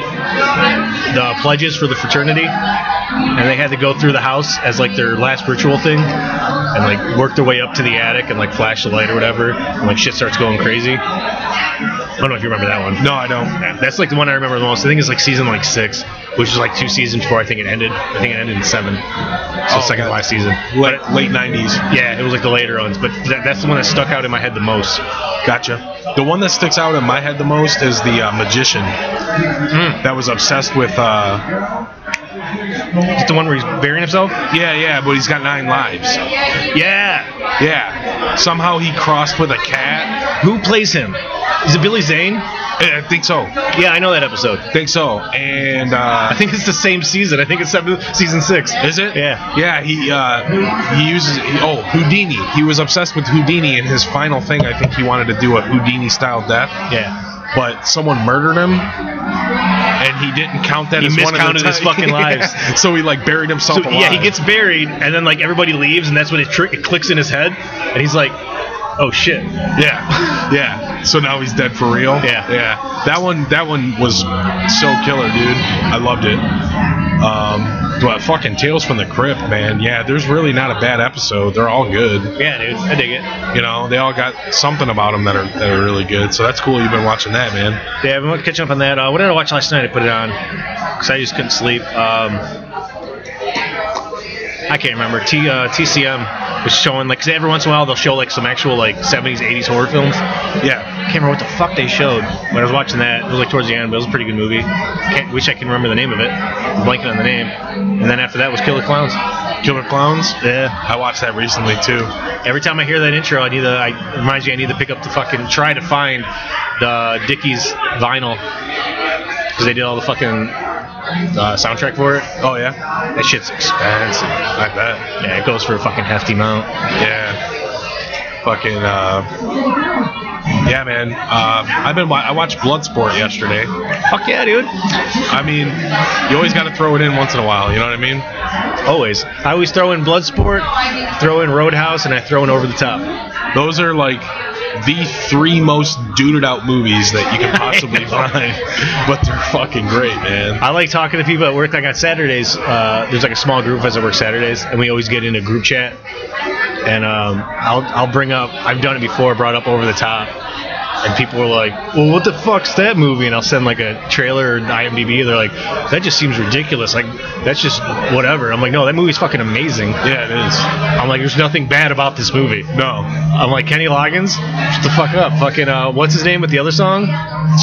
Speaker 1: the pledges for the fraternity, and they had to go through the house as like their last ritual thing, and like work their way up to the attic and like flash the light or whatever, and like shit starts going crazy. I don't know if you remember that one.
Speaker 2: No, I don't.
Speaker 1: That's like the one I remember the most. I think it's like season like six, which is like two seasons before I think it ended. I think it ended in seven, so
Speaker 2: Oh,
Speaker 1: second
Speaker 2: okay.
Speaker 1: to last season.
Speaker 2: Late late nineties.
Speaker 1: Yeah, it was like the later ones, but that, that's the one that stuck out in my head the most.
Speaker 2: Gotcha. The one that sticks out in my head the most is the uh, magician that was obsessed with. Uh,
Speaker 1: It's the one where he's burying himself.
Speaker 2: yeah, yeah, but he's got nine lives.
Speaker 1: Yeah.
Speaker 2: Yeah. Somehow he crossed with a cat.
Speaker 1: Who plays him? Is it Billy Zane? Uh,
Speaker 2: Eh, I think so.
Speaker 1: Yeah, I know that episode.
Speaker 2: Think so. And uh,
Speaker 1: I think it's the same season. I think it's seven, season six.
Speaker 2: Is it?
Speaker 1: Yeah.
Speaker 2: Yeah. He uh, he uses he- oh Houdini. He was obsessed with Houdini, and his final thing, I think he wanted to do a Houdini style death,
Speaker 1: Yeah.
Speaker 2: but someone murdered him, and he didn't count that
Speaker 1: He
Speaker 2: as one of the
Speaker 1: miscounted his
Speaker 2: ti-
Speaker 1: fucking
Speaker 2: Yeah.
Speaker 1: lives.
Speaker 2: So he like buried himself
Speaker 1: So
Speaker 2: alive.
Speaker 1: yeah, he gets buried, and then like everybody leaves, and that's when it, tri- it clicks in his head, and he's like, "Oh shit."
Speaker 2: yeah yeah. So now he's dead for real.
Speaker 1: Yeah.
Speaker 2: yeah. That one that one was so killer, dude. I loved it. Um, but fucking Tales from the Crypt, man. Yeah, there's really not a bad episode. They're all good.
Speaker 1: Yeah, dude, I dig it.
Speaker 2: you know they all got something about them that are that are really good. So that's cool. You've been watching that, man.
Speaker 1: Yeah, I've been catching up on that. Uh, what did I watch last night? I put it on because I just couldn't sleep. Um, I can't remember. T, uh, TCM was showing like 'cause every once in a while they'll show like some actual like 70s, 80s horror films.
Speaker 2: Yeah,
Speaker 1: I can't remember what the fuck they showed when I was watching that. It was like towards the end, but it was a pretty good movie. Can't, wish I can remember the name of it. I'm blanking on the name. And then after that was Killer Clowns.
Speaker 2: Killer Clowns.
Speaker 1: Yeah.
Speaker 2: I watched that recently too.
Speaker 1: Every time I hear that intro, I need to. I it reminds me I need to pick up the fucking try to find the Dickies vinyl because they did all the fucking uh, soundtrack for it.
Speaker 2: Oh yeah,
Speaker 1: That shit's expensive.
Speaker 2: I bet.
Speaker 1: Yeah, it goes for a fucking hefty amount.
Speaker 2: Yeah. Fucking. Uh, yeah, man. Uh, I've been. wa- I watched Bloodsport yesterday.
Speaker 1: Fuck yeah, dude.
Speaker 2: I mean, you always got to throw it in once in a while. You know what I mean?
Speaker 1: Always. I always throw in Bloodsport, throw in Roadhouse, and I throw in Over the Top.
Speaker 2: Those are like the three most duded out movies that you can possibly find, but they're fucking great, man.
Speaker 1: I like talking to people at work. Like on Saturdays, uh, there's like a small group of us that work Saturdays, and we always get in a group chat. And um, I'll I'll bring up I've done it before, brought up Over the Top, and people were like, "Well, what the fuck's that movie?" And I'll send like a trailer or IMDb. They're like, "That just seems ridiculous. Like that's just whatever." I'm like, "No, that movie's fucking amazing."
Speaker 2: Yeah, it is.
Speaker 1: I'm like, "There's nothing bad about this movie."
Speaker 2: No,
Speaker 1: I'm like Kenny Loggins, shut the fuck up. Fucking uh, what's his name with the other song?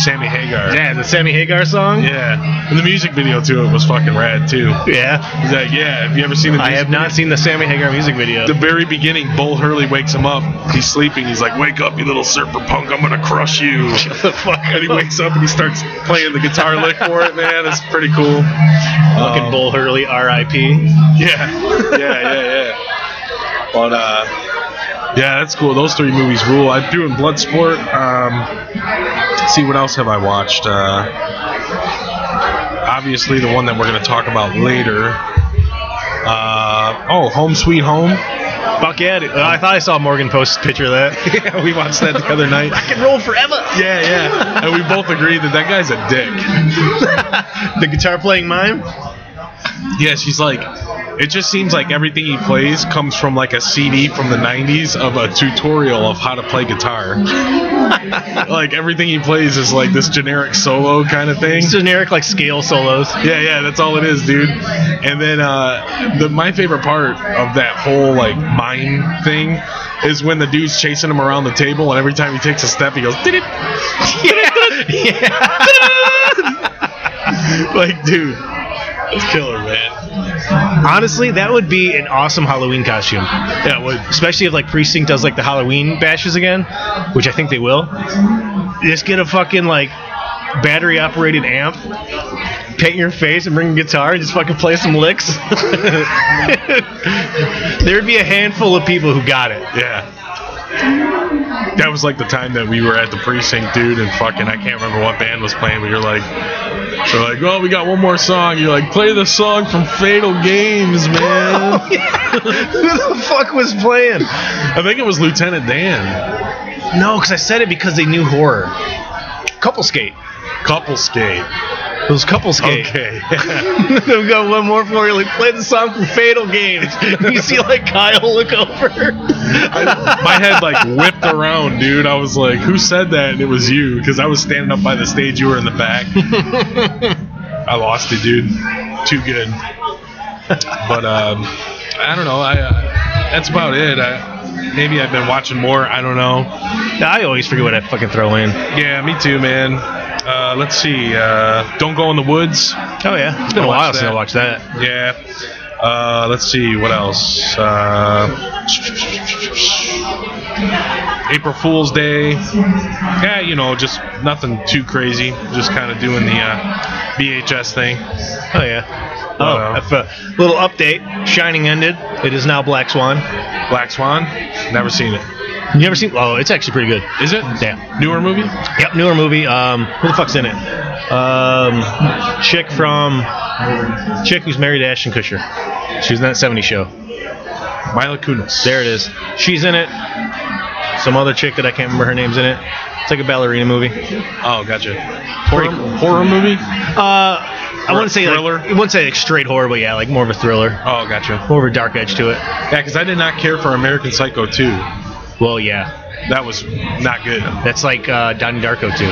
Speaker 2: Sammy Hagar.
Speaker 1: Yeah, the Sammy Hagar song.
Speaker 2: Yeah, and the music video to it was fucking rad too.
Speaker 1: yeah.
Speaker 2: He's like, yeah, have you ever seen the?
Speaker 1: I
Speaker 2: music
Speaker 1: have not
Speaker 2: video?
Speaker 1: seen the Sammy Hagar music video.
Speaker 2: The very beginning, Bull Hurley wakes him up. He's sleeping. He's like, "Wake up, you little surfer punk! I'm gonna crush you." and he wakes up and he starts playing the guitar lick for it. Man, it's pretty cool.
Speaker 1: Fucking
Speaker 2: Um,
Speaker 1: Bull Hurley, R.I.P.
Speaker 2: Yeah, yeah, yeah, yeah. But uh, yeah, that's cool. Those three movies rule. I'm doing Bloodsport. Um, let's see what else have I watched? Uh, obviously, the one that we're going to talk about later. Uh, oh, Home Sweet Home.
Speaker 1: Fuck yeah! dude. Uh, I thought I saw Morgan post a picture of that.
Speaker 2: yeah, we watched that the other night.
Speaker 1: I can roll forever.
Speaker 2: Yeah, yeah. And we both agreed that that guy's a dick.
Speaker 1: the guitar playing mime.
Speaker 2: Yeah, she's like. It just seems like everything he plays comes from like a CD from the 90s of a tutorial of how to play guitar. like everything he plays is like this generic solo kind of thing.
Speaker 1: It's generic like scale solos.
Speaker 2: Yeah, yeah, that's all it is, dude. And then uh, the my favorite part of that whole like mime thing is when the dude's chasing him around the table, and every time he takes a step, he goes. "Didit."
Speaker 1: Yeah. yeah.
Speaker 2: like, dude, it's killer, man.
Speaker 1: Honestly, that would be an awesome Halloween costume.
Speaker 2: Yeah, what?
Speaker 1: Especially if like Precinct does like the Halloween bashes again, which I think they will. Just get a fucking like battery operated amp, paint your face and bring a guitar and just fucking play some licks. There'd be a handful of people who got it.
Speaker 2: Yeah. That was like the time that we were at the precinct, dude, and fucking I can't remember what band was playing, but you're like, they're like, well, we got one more song. You're like, play the song from Fatal Games, man.
Speaker 1: who the fuck was playing?
Speaker 2: I think it was Lieutenant Dan.
Speaker 1: No, because I said it because they knew horror. Couple skate.
Speaker 2: Couple skate.
Speaker 1: It was couple skate.
Speaker 2: Okay.
Speaker 1: I've got one more for you. Like, play the song from Fatal Games. you see, like, Kyle look over.
Speaker 2: My head like whipped around, dude. I was like, who said that? And it was you, because I was standing up by the stage. You were in the back. I lost it, dude. Too good. But um, I don't know. I uh, that's about it. I, maybe I've been watching more. I don't know.
Speaker 1: I always forget what I fucking throw in.
Speaker 2: Yeah, me too, man. Uh, let's see. Uh, don't go in the woods.
Speaker 1: Oh, yeah. It's been
Speaker 2: I
Speaker 1: a
Speaker 2: watched
Speaker 1: while since I
Speaker 2: that.
Speaker 1: watched that.
Speaker 2: Yeah. Uh, let's see what else. Uh, April Fool's Day. Yeah, you know, just nothing too crazy. Just kind of doing the uh, BHS thing.
Speaker 1: Oh, yeah. Oh,
Speaker 2: Wow.
Speaker 1: if a little update. Shining ended. It is now Black Swan.
Speaker 2: Black Swan. Never seen it.
Speaker 1: You ever seen? Oh, it's actually pretty good.
Speaker 2: Is it?
Speaker 1: Yeah.
Speaker 2: Newer movie?
Speaker 1: Yep, newer movie. Um, who the fuck's in it? Um, chick from chick who's married to Ashton Kutcher. She was in that '70s show.
Speaker 2: Mila Kunis.
Speaker 1: There it is. She's in it. Some other chick that I can't remember her name's in it. It's like a ballerina movie.
Speaker 2: Oh, gotcha. Horror,
Speaker 1: Pretty cool.
Speaker 2: horror movie?
Speaker 1: Uh, I wouldn't say
Speaker 2: Thriller?
Speaker 1: Like, I wouldn't say like straight horror, but yeah, like more of a thriller,
Speaker 2: Oh, gotcha.
Speaker 1: more of a dark edge to it.
Speaker 2: Yeah, because I did not care for American Psycho 2.
Speaker 1: Well, yeah,
Speaker 2: That was not good.
Speaker 1: that's like uh, Donnie Darko too.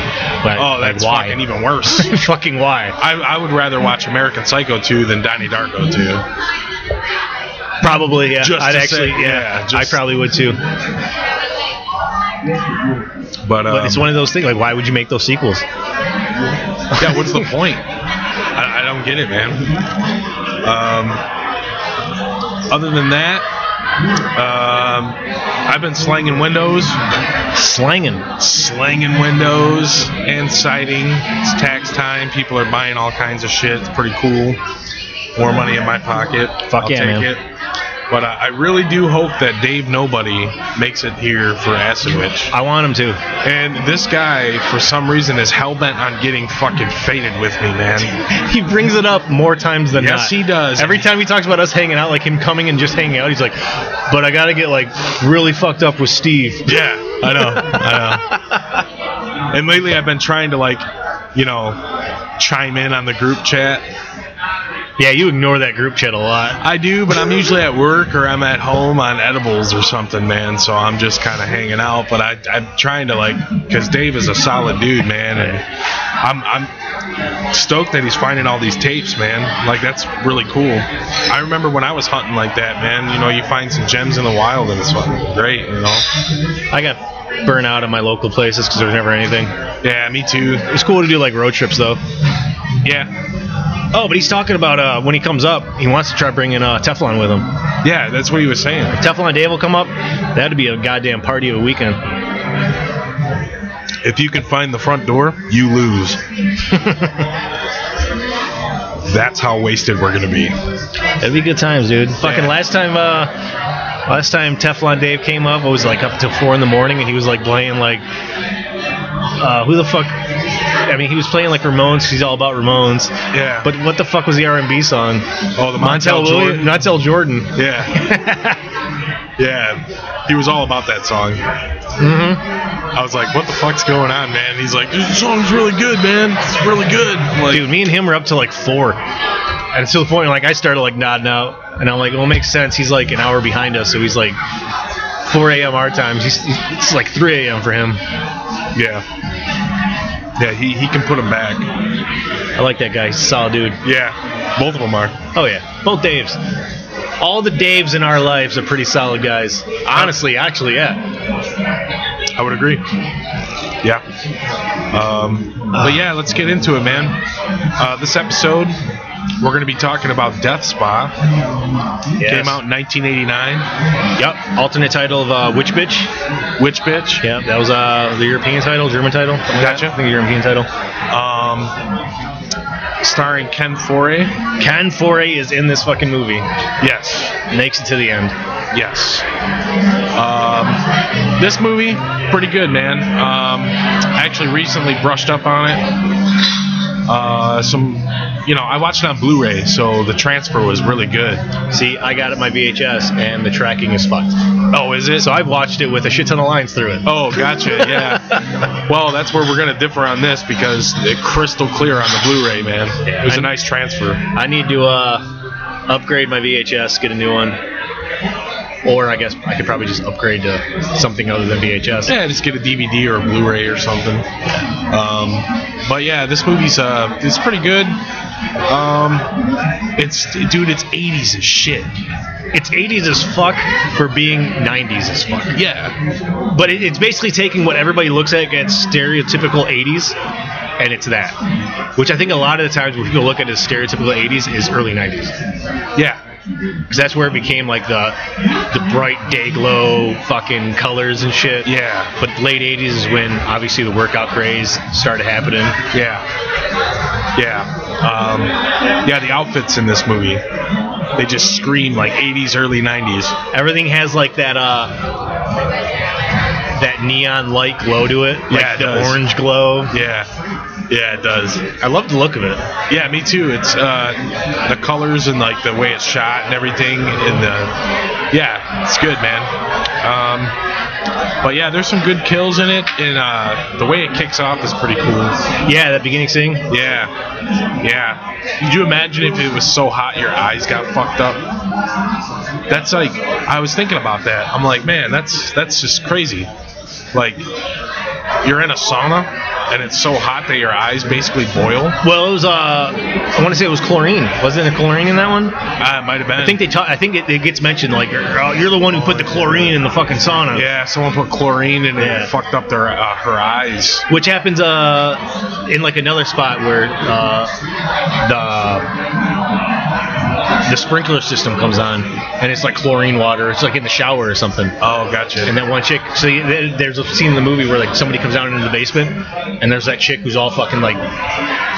Speaker 1: But,
Speaker 2: Oh,
Speaker 1: like,
Speaker 2: that's
Speaker 1: why?
Speaker 2: fucking even worse.
Speaker 1: fucking why?
Speaker 2: I, I would rather watch American Psycho 2 than Donnie Darko 2.
Speaker 1: Probably yeah.
Speaker 2: Just
Speaker 1: I'd
Speaker 2: to
Speaker 1: actually
Speaker 2: say- yeah,
Speaker 1: yeah. I
Speaker 2: just-
Speaker 1: probably would too.
Speaker 2: But, um,
Speaker 1: But it's one of those things. Like, why would you make those sequels?
Speaker 2: yeah, what's the point? I, I don't get it, man. Um, other than that, Um, I've been slanging windows,
Speaker 1: Slanging.
Speaker 2: slanging windows and siding. It's tax time. People are buying all kinds of shit. It's pretty cool. More money in my pocket.
Speaker 1: Fuck
Speaker 2: I'll
Speaker 1: yeah,
Speaker 2: take
Speaker 1: man.
Speaker 2: it. But I, I really do hope that Dave Nobody makes it here for Acid Witch.
Speaker 1: I want him to.
Speaker 2: And this guy, for some reason, is hell bent on getting fucking faded with me, man.
Speaker 1: He brings it up more times than not.
Speaker 2: Yes, he does.
Speaker 1: Every time he talks about us hanging out, like him coming and just hanging out, he's like, "But I gotta get like really fucked up with Steve."
Speaker 2: Yeah, I know. I know. And lately, I've been trying to like, you know, chime in on the group chat.
Speaker 1: Yeah, you ignore that group chat a lot.
Speaker 2: I do, but I'm usually at work or I'm at home on edibles or something, man. So I'm just kind of hanging out. But I, I'm trying to like, because Dave is a solid dude, man, and I'm I'm stoked that he's finding all these tapes, man. Like that's really cool. I remember when I was hunting like that, man. You know, you find some gems in the wild, and it's fucking great, you know.
Speaker 1: I got burnt out at my local places because there was never anything.
Speaker 2: Yeah, me too.
Speaker 1: It's cool to do like road trips though.
Speaker 2: Yeah,
Speaker 1: Oh, but he's talking about uh, when he comes up, he wants to try bringing uh, Teflon with him.
Speaker 2: yeah, that's what he was saying.
Speaker 1: Teflon Dave will come up. That'd be a goddamn party of a weekend.
Speaker 2: If you can find the front door, you lose. That's how wasted we're gonna be.
Speaker 1: That'd be good times, dude. Fucking
Speaker 2: Yeah.
Speaker 1: last time, uh, last time Teflon Dave came up, it was like up till four in the morning, and he was like playing like, uh, who the fuck? I mean, he was playing like Ramones. 'cause He's all about Ramones.
Speaker 2: Yeah.
Speaker 1: But what the fuck was the R&B song?
Speaker 2: Oh, the Montel
Speaker 1: Williams,
Speaker 2: Jordan.
Speaker 1: Montel Jordan.
Speaker 2: Yeah. yeah. He was all about that song. Mm-hmm. I was like, what the fuck's going on, man? He's like, this song's really good, man. It's really good. I'm like,
Speaker 1: Dude, me and him were up to like four, and to the point like I started like nodding out, and I'm like, well, it makes sense. He's like an hour behind us, so he's like 4 a.m. our time. He's, it's like 3 a.m. for him.
Speaker 2: yeah. Yeah, he, he can put him back.
Speaker 1: I like that guy. He's a solid dude.
Speaker 2: Yeah. Both of them are.
Speaker 1: Oh yeah, both Daves. All the Daves in our lives are pretty solid guys. Honestly, actually, yeah.
Speaker 2: I would agree. Yeah. Um, but yeah, let's get into it, man. Uh, this episode, we're going to be talking about Death Spa.
Speaker 1: Yes.
Speaker 2: Came out in 1989.
Speaker 1: Yep. Alternate title of uh, Witch Bitch.
Speaker 2: Witch Bitch.
Speaker 1: Yeah, that was uh, the European title, German title. something like that.
Speaker 2: Gotcha.
Speaker 1: I think the European title.
Speaker 2: Um, starring Ken Foray.
Speaker 1: Can Foray is in this fucking movie.
Speaker 2: Yes.
Speaker 1: Makes it to the end.
Speaker 2: Yes. Um, this movie, pretty good, man. Um, I actually recently brushed up on it. Uh, some, you know, I watched it on Blu-ray, so the transfer was really good.
Speaker 1: See, I got it my VHS, and the tracking is fucked.
Speaker 2: Oh, is it?
Speaker 1: So I've watched it with a shit ton of lines through it.
Speaker 2: Oh, gotcha. Yeah. well, that's where we're gonna differ on this because it crystal clear on the Blu-ray, man.
Speaker 1: Yeah,
Speaker 2: it was a
Speaker 1: I-
Speaker 2: nice transfer.
Speaker 1: I need to uh, upgrade my VHS, get a new one. Or I guess I could probably just upgrade to something other than VHS.
Speaker 2: Yeah, just get a DVD or a Blu-ray or something. Um, but yeah, this movie's uh, it's pretty good. Um, it's dude, it's 80s as shit.
Speaker 1: It's 80s as fuck for being 90s as fuck.
Speaker 2: Yeah,
Speaker 1: But it, it's basically taking what everybody looks at as stereotypical 80s, and it's that. Which I think a lot of the times when people look at it as stereotypical 80s is early 90s.
Speaker 2: yeah,
Speaker 1: Because that's where it became like the the bright day glow fucking colors and shit.
Speaker 2: yeah,
Speaker 1: But late 80s is when obviously the workout craze started happening.
Speaker 2: yeah, yeah. Um, yeah, the outfits in this movie, they just scream like 80s, early 90s.
Speaker 1: Everything has like that uh that neon light glow to it. Like
Speaker 2: Yeah, it
Speaker 1: the
Speaker 2: does.
Speaker 1: orange glow.
Speaker 2: Yeah, yeah, it does.
Speaker 1: I love the look of it.
Speaker 2: Yeah, me too. It's uh, the colors and like the way it's shot and everything, and the yeah, it's good, man. Um, but yeah, there's some good kills in it, and uh, the way it kicks off is pretty cool.
Speaker 1: Yeah, that beginning scene.
Speaker 2: Yeah, yeah. Could you imagine if it was so hot your eyes got fucked up? That's like I was thinking about that. I'm like, man, that's that's just crazy. Like you're in a sauna and it's so hot that your eyes basically boil.
Speaker 1: Well, it was uh, I want to say it was chlorine. Wasn't it chlorine in that one? I
Speaker 2: Uh, it might have been.
Speaker 1: think they ta I think it, it gets mentioned like oh, you're the one who put the chlorine in the fucking sauna.
Speaker 2: Yeah, someone put chlorine in it
Speaker 1: Yeah.
Speaker 2: and fucked up their uh, her eyes.
Speaker 1: Which happens uh in like another spot where uh the the sprinkler system comes on, and it's like chlorine water. It's like in the shower or something. Uh,
Speaker 2: Oh, gotcha.
Speaker 1: And that one chick, so you- there- there's a scene in the movie where like somebody comes down into the basement, and there's that chick who's all fucking like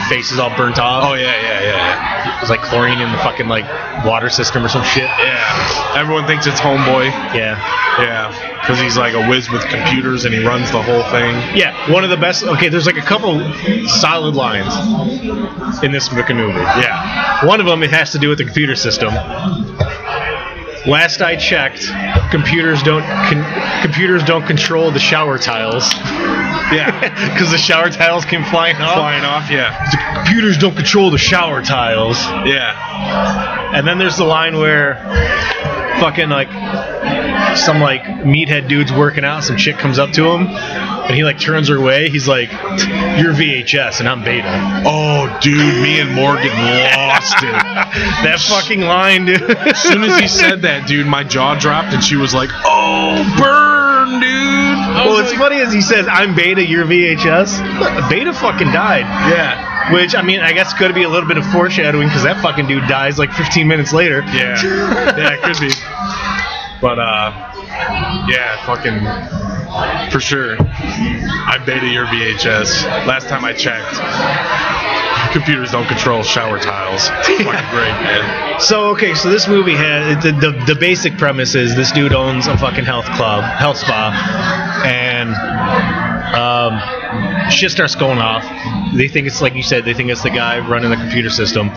Speaker 1: face is all burnt off.
Speaker 2: oh yeah, yeah, yeah,
Speaker 1: It's like chlorine in the fucking like water system or some shit.
Speaker 2: yeah. Yeah. Everyone thinks it's homeboy.
Speaker 1: Yeah.
Speaker 2: Yeah, because he's like a whiz with computers and he runs the whole thing.
Speaker 1: Yeah, one of the best. Okay, there's like a couple solid lines in this fucking movie.
Speaker 2: Yeah.
Speaker 1: One of them it has to do with the computer system. Last I checked, computers don't con- computers don't control the shower tiles
Speaker 2: Yeah.
Speaker 1: because the shower tiles can fly off.
Speaker 2: Flying off. Yeah.
Speaker 1: The computers don't control the shower tiles.
Speaker 2: Yeah.
Speaker 1: And then there's the line where fucking like some like meathead dude's working out, some chick comes up to him and he like turns her away. He's like, "You're VHS and I'm beta."
Speaker 2: Oh, dude, me and Morgan lost it.
Speaker 1: That fucking line, dude.
Speaker 2: As soon as he said that, dude, my jaw dropped and she was like, "Oh, burn, dude." I
Speaker 1: Well,
Speaker 2: was
Speaker 1: it's
Speaker 2: like,
Speaker 1: funny as he says, "I'm Beta, you're VHS." Look, Beta fucking died,
Speaker 2: Yeah.
Speaker 1: which I mean, I guess could be a little bit of foreshadowing because that fucking dude dies like 15 minutes later.
Speaker 2: Yeah. Yeah, it could be. But uh, yeah, fucking for sure. I beta your VHS. Last time I checked, computers don't control shower tiles. Fucking great, man.
Speaker 1: So okay, so this movie had the, the the basic premise is this dude owns a fucking health club, health spa, and um, shit starts going off. They think it's like you said, they think it's the guy running the computer system.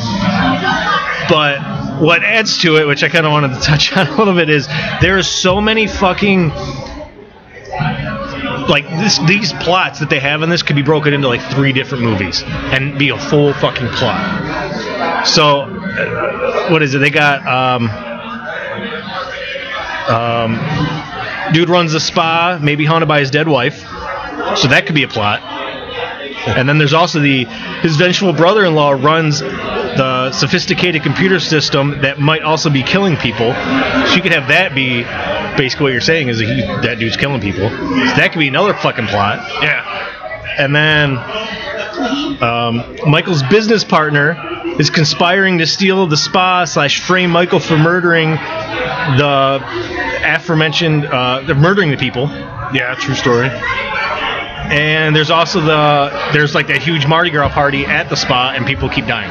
Speaker 1: But what adds to it, which I kind of wanted to touch on a little bit, is there are so many fucking like this these plots that they have in this could be broken into like three different movies and be a full fucking plot. So uh, what is it? They got um um dude runs a spa, maybe haunted by his dead wife. So that could be a plot. And then there's also the his vengeful brother-in-law runs the sophisticated computer system that might also be killing people. So you could have that be basically what you're saying is that he, that dude's killing people. So that could be another fucking plot.
Speaker 2: Yeah.
Speaker 1: And then um, Michael's business partner is conspiring to steal the spa slash frame Michael for murdering the aforementioned uh, the- murdering the people.
Speaker 2: Yeah, true story.
Speaker 1: And there's also the there's like that huge Mardi Gras party at the spa, and people keep dying.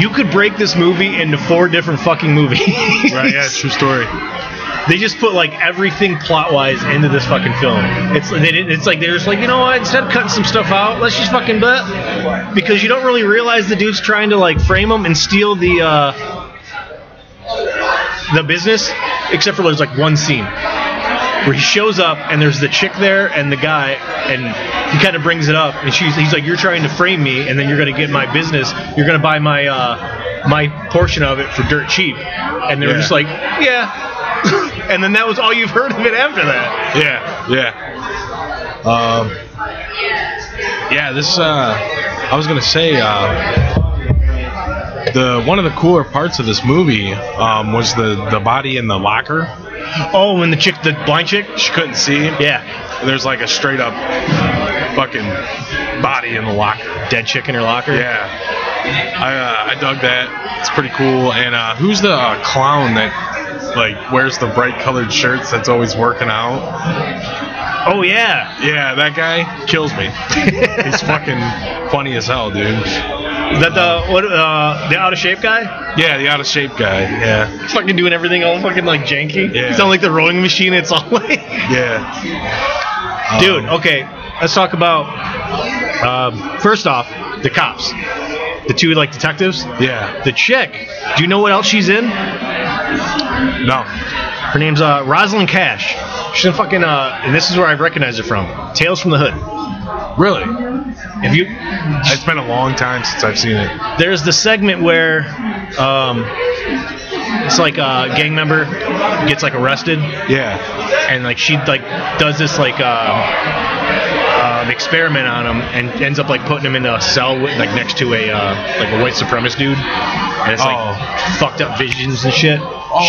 Speaker 1: You could break this movie into four different fucking movies.
Speaker 2: Right, yeah, true story.
Speaker 1: They just put like everything plot wise into this fucking film. It's they didn't, it's like they're just like you know what instead of cutting some stuff out, let's just fucking bet because you don't really realize the dude's trying to like frame him and steal the uh, the business, except for there's like one scene where he shows up and there's the chick there and the guy and he kind of brings it up and she's he's like you're trying to frame me and then you're gonna get my business you're gonna buy my uh, my portion of it for dirt cheap and they're
Speaker 2: Yeah.
Speaker 1: just like yeah and then that was all you've heard of it after that
Speaker 2: Yeah, yeah. Um, yeah, this. Uh, I was gonna say uh, the one of the cooler parts of this movie um, was the the body in the locker.
Speaker 1: oh and the chick the blind chick
Speaker 2: She couldn't see.
Speaker 1: yeah
Speaker 2: There's like a straight up fucking body in the locker.
Speaker 1: dead chick in her locker
Speaker 2: Yeah. I, uh, I dug that. It's pretty cool. And uh, who's the uh, clown that like wears the bright colored shirts that's always working out?
Speaker 1: oh yeah
Speaker 2: Yeah, that guy kills me. He's fucking funny as hell, dude.
Speaker 1: Is that the what uh, the out of shape guy
Speaker 2: Yeah, the out of shape guy. Yeah,
Speaker 1: fucking doing everything all fucking like janky
Speaker 2: Yeah.
Speaker 1: he's on like the rowing machine it's all like
Speaker 2: yeah. Um,
Speaker 1: Dude, okay, let's talk about um, first off the cops, the two like detectives.
Speaker 2: Yeah.
Speaker 1: The chick, do you know what else she's in? Her
Speaker 2: No.
Speaker 1: name's uh, Rosalind Cash. She's in fucking, uh, and this is where I've recognized her from. Tales from the Hood.
Speaker 2: Really?
Speaker 1: If you,
Speaker 2: It's been a long time since I've seen it.
Speaker 1: there's the segment where um, it's like a gang member gets like arrested,
Speaker 2: Yeah.
Speaker 1: and like she like does this like uh, um, experiment on him and ends up like putting him in a cell with, like next to a uh, like a white supremacist dude, and it's like
Speaker 2: Oh.
Speaker 1: fucked up visions and shit.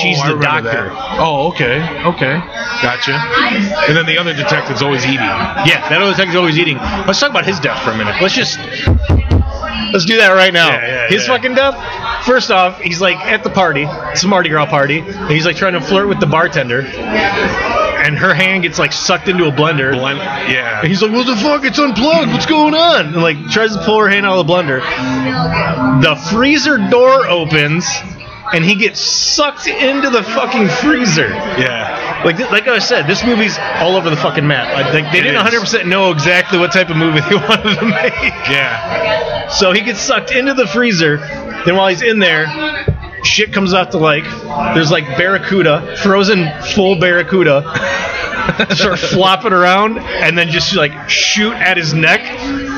Speaker 1: She's
Speaker 2: I
Speaker 1: the
Speaker 2: remember
Speaker 1: doctor.
Speaker 2: that. Oh, okay. Okay. Gotcha. And then the other detective's always eating.
Speaker 1: Yeah, that other thing's always eating. Let's talk about his death for a minute. Let's just let's do that right now.
Speaker 2: Yeah, yeah,
Speaker 1: his
Speaker 2: yeah.
Speaker 1: fucking death. First off, he's like at the party. It's a Mardi Gras party. And he's like trying to flirt with the bartender, and her hand gets like sucked into a blender.
Speaker 2: Blend,
Speaker 1: And
Speaker 2: yeah.
Speaker 1: he's like, "What the fuck? It's unplugged. What's going on?" And like tries to pull her hand out of the blender. The freezer door opens, and he gets sucked into the fucking freezer.
Speaker 2: Yeah.
Speaker 1: Like, like I said, this movie's all over the fucking map. Like, like, they
Speaker 2: It
Speaker 1: didn't
Speaker 2: is.
Speaker 1: 100% know exactly what type of movie they wanted to make.
Speaker 2: Yeah.
Speaker 1: So he gets sucked into the freezer. Then while he's in there, shit comes out the lake. There's like barracuda, frozen full barracuda, start flopping around, and then just like shoot at his neck.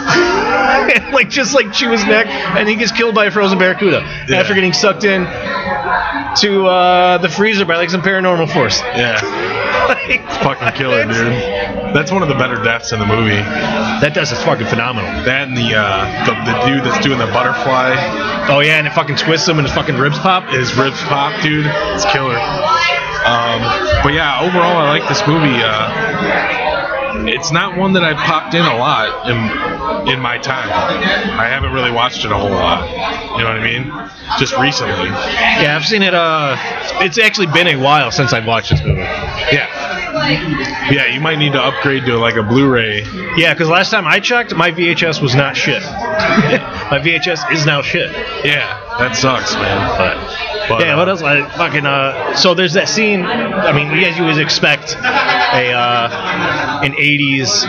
Speaker 1: And, like just like chew his neck, and he gets killed by a frozen barracuda
Speaker 2: Yeah.
Speaker 1: after getting sucked in to uh, the freezer by like some paranormal force.
Speaker 2: Yeah.
Speaker 1: Like,
Speaker 2: Fucking killer,
Speaker 1: it's-
Speaker 2: dude. That's one of the better deaths in the movie.
Speaker 1: That does. It's fucking phenomenal.
Speaker 2: That and the uh, the, the dude that's doing the butterfly
Speaker 1: Oh yeah, and it fucking twists him and his fucking ribs pop.
Speaker 2: his ribs pop, dude. It's killer. Um, but yeah, overall, I like this movie. Uh, it's not one that I've popped in a lot in in my time. I haven't really watched it a whole lot. You know what I mean? Just recently.
Speaker 1: Yeah, I've seen it. Uh, it's actually been a while since I've watched this movie.
Speaker 2: Yeah. Yeah, you might need to upgrade to like a Blu-ray.
Speaker 1: Yeah, because last time I checked, my VHS was not shit. my VHS is now shit.
Speaker 2: Yeah, that sucks, man.
Speaker 1: But,
Speaker 2: But,
Speaker 1: yeah,
Speaker 2: uh,
Speaker 1: what else? I fucking uh. So there's that scene. I mean, as you would expect, a uh, an '80s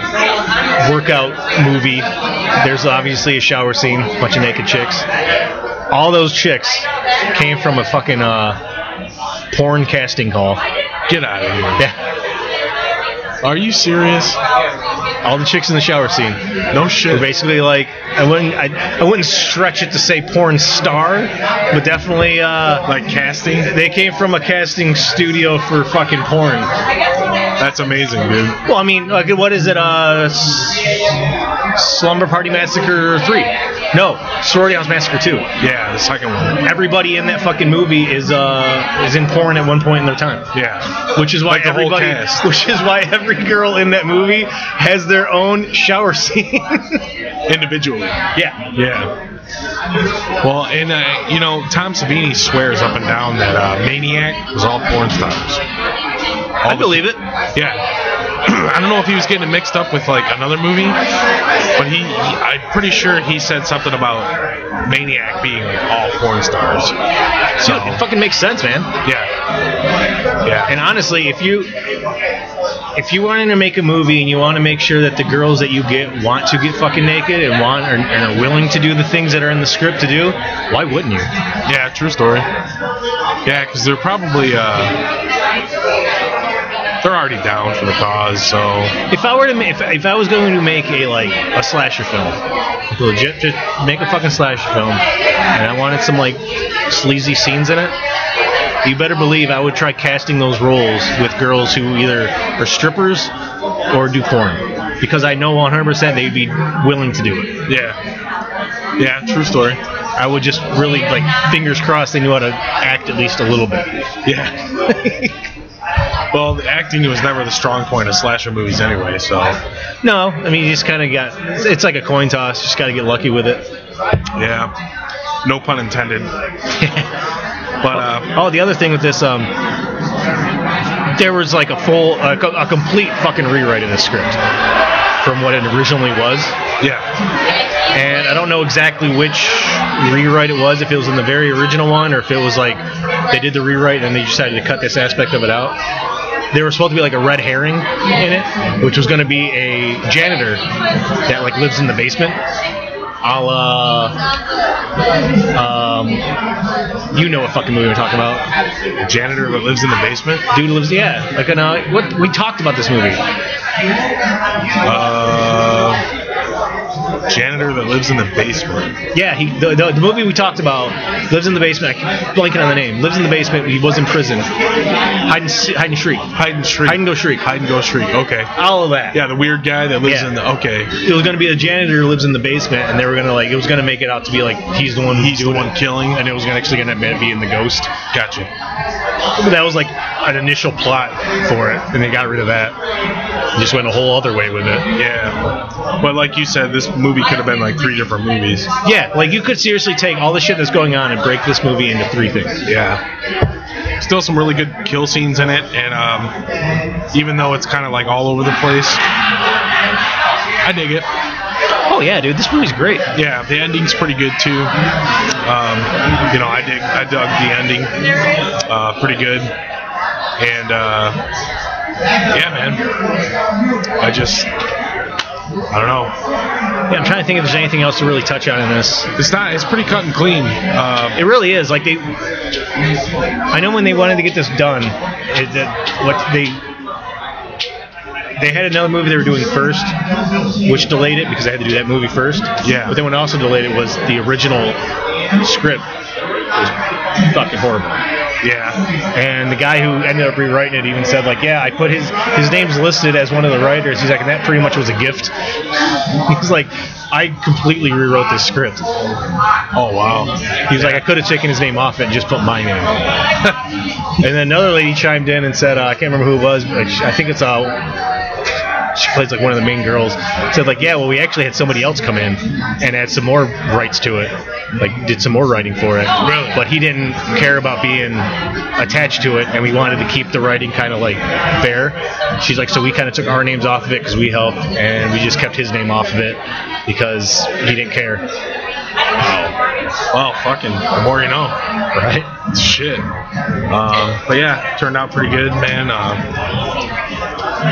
Speaker 1: workout movie. There's obviously a shower scene, bunch of naked chicks. All those chicks came from a fucking uh, porn casting call.
Speaker 2: Get out of here.
Speaker 1: Yeah,
Speaker 2: Are you serious?
Speaker 1: all the chicks in the shower scene.
Speaker 2: No
Speaker 1: They're
Speaker 2: shit.
Speaker 1: basically like I wouldn't I, I wouldn't stretch it to say porn star, but definitely uh,
Speaker 2: Like casting?
Speaker 1: they came from a casting studio for fucking porn.
Speaker 2: That's amazing, dude.
Speaker 1: Well, I mean, like, what is it? Uh, S- Slumber Party Massacre Three? No, Sorority House Massacre Two.
Speaker 2: Yeah, the second one.
Speaker 1: Everybody in that fucking movie is uh is in porn at one point in their time.
Speaker 2: Yeah.
Speaker 1: Which is why
Speaker 2: Like the whole
Speaker 1: everybody,
Speaker 2: cast.
Speaker 1: which is why every girl in that movie has their own shower scene.
Speaker 2: Individually.
Speaker 1: yeah.
Speaker 2: Yeah. Well, and uh, you know, Tom Savini swears up and down that uh, Maniac was all porn stars.
Speaker 1: I believe it.
Speaker 2: Yeah. I don't know if he was getting it mixed up with like another movie, but he, he- I'm pretty sure he said something about Maniac being like all porn stars.
Speaker 1: Dude, it fucking makes sense, man.
Speaker 2: Yeah. Yeah.
Speaker 1: And honestly, if you if you wanted to make a movie and you want to make sure that the girls that you get want to get fucking naked and want and, and are willing to do the things that are in the script to do, why wouldn't you?
Speaker 2: Yeah, true story. Yeah, because they're probably uh, they're already down for the cause. So
Speaker 1: If I were to ma- if, if I was going to make a like a slasher film, legit, just make a fucking slasher film, and I wanted some like sleazy scenes in it. You better believe I would try casting those roles with girls who either are strippers or do porn because I know 100% they'd be willing to do it.
Speaker 2: yeah, yeah, true story.
Speaker 1: I would just really like fingers crossed they knew how to act at least a little bit.
Speaker 2: Yeah. well, the acting was never the strong point of slasher movies anyway. So
Speaker 1: No, I mean you just kind of got it's- it's like a coin toss. You just got to get lucky with it.
Speaker 2: yeah, no pun intended. but uh,
Speaker 1: Oh, the other thing with this, um, there was like a full, a, co- a complete fucking rewrite of the script from what it originally was,
Speaker 2: yeah,
Speaker 1: and I don't know exactly which rewrite it was. If it was in the very original one, or if it was like they did the rewrite and they decided to cut this aspect of it out. There was supposed to be like a red herring in it, which was going to be a janitor that like lives in the basement, a la, um, you know what fucking movie I'm talking about?
Speaker 2: the janitor that lives in the basement.
Speaker 1: Dude lives, yeah, like an, uh, what we talked about this movie.
Speaker 2: Uh, janitor that lives in the basement.
Speaker 1: Yeah, he the, the, the movie we talked about lives in the basement. I keep blanking on the name. Lives in the basement. He was in prison. Hide and se- hide and shriek.
Speaker 2: Hide and shriek.
Speaker 1: Hide and go shriek.
Speaker 2: Hide and go shriek. Okay.
Speaker 1: All of that.
Speaker 2: Yeah, the weird guy that lives
Speaker 1: Yeah.
Speaker 2: in the okay.
Speaker 1: It was gonna be the janitor who lives in the basement, and they were gonna like it was gonna make it out to be like he's the one he's doing
Speaker 2: one
Speaker 1: it.
Speaker 2: killing.
Speaker 1: and it was gonna actually gonna be in the ghost.
Speaker 2: Gotcha.
Speaker 1: But that was like an initial plot for it, and they got rid of that. Just went a whole other way with it.
Speaker 2: Yeah. But like you said, this movie could have been like three different movies.
Speaker 1: Yeah, like you could seriously take all the shit that's going on and break this movie into three things.
Speaker 2: Yeah. Still some really good kill scenes in it, and um, even though it's kind of like all over the place, I dig it.
Speaker 1: Oh yeah, dude, this movie's great.
Speaker 2: Yeah, the ending's pretty good too. Um, you know, I dig, I dug the ending, uh, pretty good. And uh, yeah, man, I just, I don't know.
Speaker 1: Yeah, I'm trying to think if there's anything else to really touch on in this.
Speaker 2: It's not, it's pretty cut and clean. Uh,
Speaker 1: It really is like they. I know when they wanted to get this done, it, that what they they had another movie they were doing first, which delayed it because they had to do that movie first.
Speaker 2: Yeah.
Speaker 1: But then what also delayed it was the original script was fucking horrible.
Speaker 2: yeah,
Speaker 1: And the guy who ended up rewriting it even said like, yeah, I put his his name's listed as one of the writers. He's like, and that pretty much was a gift. He's like, I completely rewrote this script.
Speaker 2: oh wow,
Speaker 1: He was like, I could have taken his name off it and just put my name. and then another lady chimed in and said, uh, I can't remember who it was, but she- I think it's uh, she plays like one of the main girls. Said like, yeah, well, we actually had somebody else come in and add some more rights to it, like did some more writing for it.
Speaker 2: Really?
Speaker 1: But he didn't care about being attached to it, and we wanted to keep the writing kind of like fair. She's like, so we kind of took our names off of it because we helped, and we just kept his name off of it because he didn't care,
Speaker 2: wow, fucking, the more you know.
Speaker 1: right?
Speaker 2: Shit. Um, but yeah, turned out pretty good, man. Um,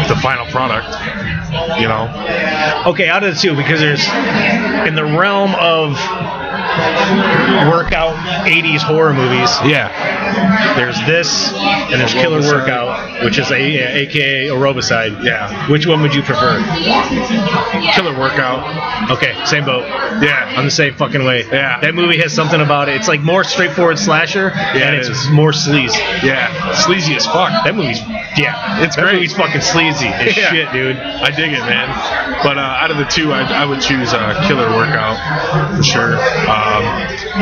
Speaker 2: the final product, you know.
Speaker 1: Okay, out of the two, because there's in the realm of workout 80s horror movies,
Speaker 2: Yeah.
Speaker 1: there's this and there's Killer Workout, which is a, yeah, aka Aerobicide.
Speaker 2: Yeah.
Speaker 1: Which one would you prefer?
Speaker 2: Killer workout.
Speaker 1: Okay, same boat.
Speaker 2: Yeah.
Speaker 1: I'm the same fucking way.
Speaker 2: Yeah.
Speaker 1: That movie has something about it. It's like more straightforward slasher and
Speaker 2: it
Speaker 1: it's
Speaker 2: is.
Speaker 1: more sleaze.
Speaker 2: Yeah. Sleazy as fuck.
Speaker 1: That movie's yeah,
Speaker 2: It's
Speaker 1: that
Speaker 2: great.
Speaker 1: movie's fucking sleazy as
Speaker 2: Yeah.
Speaker 1: shit, dude.
Speaker 2: I dig it, man. But uh, out of the two, I, I would choose uh, Killer Workout for sure. Um,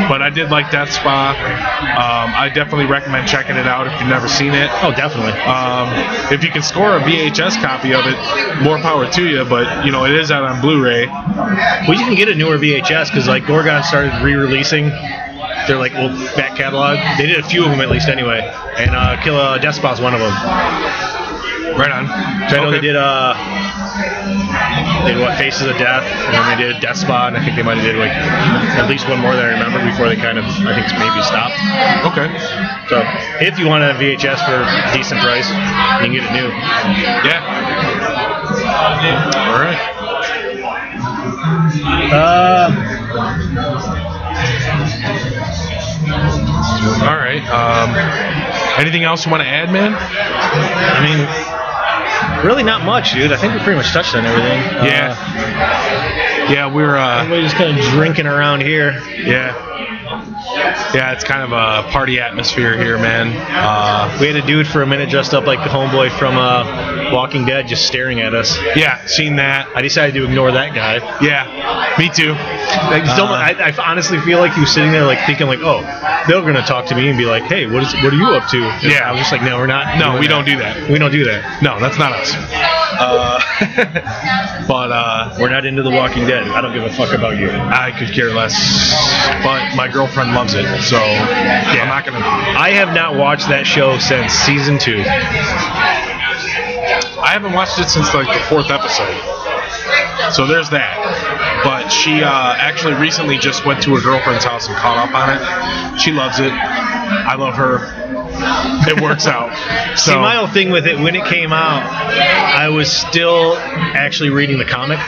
Speaker 2: but I did like Death Spa. Um, I definitely recommend checking it out if you've never seen it.
Speaker 1: Oh, definitely.
Speaker 2: Um, if you can score a VHS copy of it, more power to you. But you know, it is out on Blu-ray.
Speaker 1: Well, you can get a newer VHS because like Gorgon started re-releasing their like old back catalog. They did a few of them at least anyway, and uh, Kill uh, Death Spa's one of them.
Speaker 2: Right on.
Speaker 1: So I know
Speaker 2: Okay.
Speaker 1: they did uh, they did what Faces of Death, and then they did Death Spa, and I think they might have did like at least one more that I remember before they kind of I think maybe stopped.
Speaker 2: Okay.
Speaker 1: So if you want a VHS for a decent price, you can get it new.
Speaker 2: Yeah. All right.
Speaker 1: Uh,
Speaker 2: All right. Um, anything else you want to add, man? I mean,
Speaker 1: really not much, dude. I think we pretty much touched on everything.
Speaker 2: yeah.
Speaker 1: Uh,
Speaker 2: yeah, we're uh,
Speaker 1: Everybody just kind of drinking around here.
Speaker 2: yeah. Yeah, it's kind of a party atmosphere here, man. Uh,
Speaker 1: We had a dude for a minute dressed up like the homeboy from uh, Walking Dead just staring at us.
Speaker 2: yeah, seen that.
Speaker 1: I decided to ignore that guy.
Speaker 2: Yeah, me too.
Speaker 1: I, just don't,
Speaker 2: Uh,
Speaker 1: I, I honestly feel like he was sitting there like thinking like, oh, they're going to talk to me and be like, hey, what is what are you up to? And
Speaker 2: Yeah.
Speaker 1: I was just like, no, we're not.
Speaker 2: No,
Speaker 1: doing
Speaker 2: we
Speaker 1: that.
Speaker 2: don't do that.
Speaker 1: We don't do that.
Speaker 2: No, that's not us. Uh, but uh,
Speaker 1: We're not into The Walking Dead. I don't give a fuck about you.
Speaker 2: I could care less. But my girlfriend loves it, so I'm not gonna.
Speaker 1: I have not watched that show since season two.
Speaker 2: I haven't watched it since like the fourth episode. So there's that. But she uh, actually recently just went to her girlfriend's house and caught up on it. She loves it. I love her. It works out. So
Speaker 1: See, my whole thing with it when it came out, I was still actually reading the comic.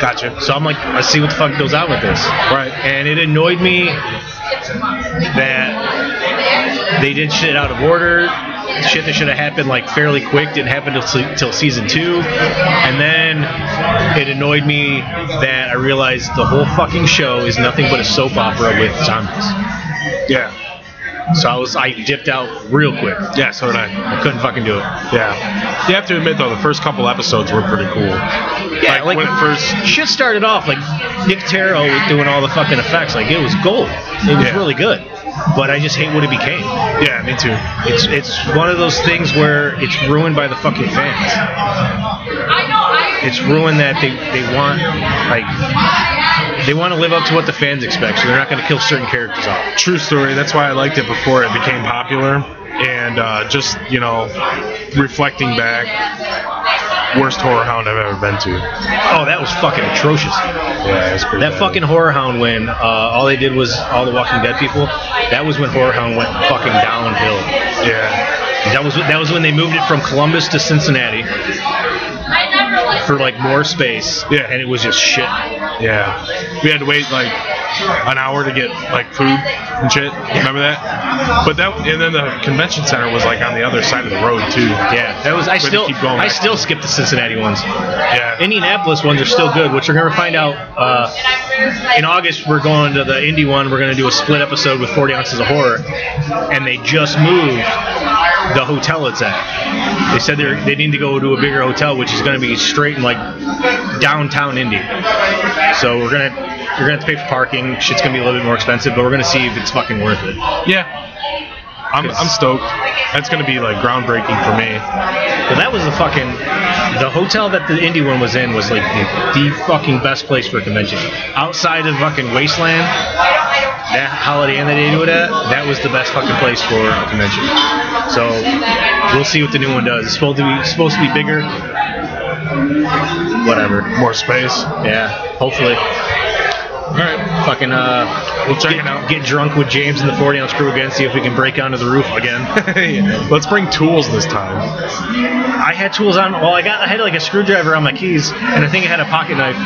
Speaker 2: gotcha.
Speaker 1: So I'm like, let's see what the fuck goes on with this.
Speaker 2: Right.
Speaker 1: and it annoyed me that they did shit out of order. Shit that should have happened like fairly quick didn't happen till, se- till season two, and then it annoyed me that I realized the whole fucking show is nothing but a soap opera with zombies.
Speaker 2: Yeah.
Speaker 1: So I was I dipped out real quick.
Speaker 2: Yeah. So did I.
Speaker 1: I couldn't fucking do it.
Speaker 2: Yeah. You have to admit though, the first couple episodes were pretty cool.
Speaker 1: Yeah,
Speaker 2: like, when it first.
Speaker 1: shit started off like Nick Taro was doing all the fucking effects. Like it was gold. It was
Speaker 2: Yeah.
Speaker 1: really good. but I just hate what it became.
Speaker 2: Yeah, me too.
Speaker 1: It's it's one of those things where it's ruined by the fucking fans. It's ruined that they, they want like they want to live up to what the fans expect, so they're not going to kill certain characters off.
Speaker 2: True story. That's why I liked it before it became popular. And uh, just, you know, reflecting back, worst horror hound I've ever been to.
Speaker 1: Oh, that was fucking atrocious.
Speaker 2: Yeah, it's pretty
Speaker 1: That
Speaker 2: bad.
Speaker 1: fucking horror hound when uh, all they did was all the Walking Dead people. That was when horror hound went fucking downhill.
Speaker 2: Yeah.
Speaker 1: That was that was when they moved it from Columbus to Cincinnati for like more space.
Speaker 2: Yeah.
Speaker 1: and it was just shit.
Speaker 2: Yeah. We had to wait like an hour to get like food and shit. Remember that? But that, and then the convention center was like on the other side of the road too.
Speaker 1: Yeah, that was. I
Speaker 2: to
Speaker 1: still
Speaker 2: keep going
Speaker 1: I
Speaker 2: back.
Speaker 1: still skip the Cincinnati ones.
Speaker 2: Yeah.
Speaker 1: Indianapolis ones are still good, which we're gonna find out. Uh, in August, we're going to the indie one. We're going to do a split episode with 40 ounces of horror, and they just moved the hotel it's at. They said they they need to go to a bigger hotel, which is going to be straight in like downtown Indy. So we're gonna you're gonna have to pay for parking. Shit's gonna be a little bit more expensive, but we're gonna see if it's fucking worth it.
Speaker 2: Yeah. I'm, I'm stoked. That's going to be like groundbreaking for me.
Speaker 1: Well, that was the fucking the hotel that the indie one was in was like the, the fucking best place for a convention. Outside of fucking wasteland, that Holiday Inn that they do it at, that was the best fucking place for a convention. So we'll see what the new one does. It's supposed to be supposed to be bigger. Whatever.
Speaker 2: More space.
Speaker 1: Yeah. Hopefully.
Speaker 2: All right.
Speaker 1: Fucking uh.
Speaker 2: We'll check
Speaker 1: Get,
Speaker 2: it out.
Speaker 1: get drunk with James and the 40 ounce crew again. See if we can break onto the roof again.
Speaker 2: Let's bring tools this time.
Speaker 1: I had tools on. Well, I got I had like a screwdriver on my keys, and I think I had a pocket knife.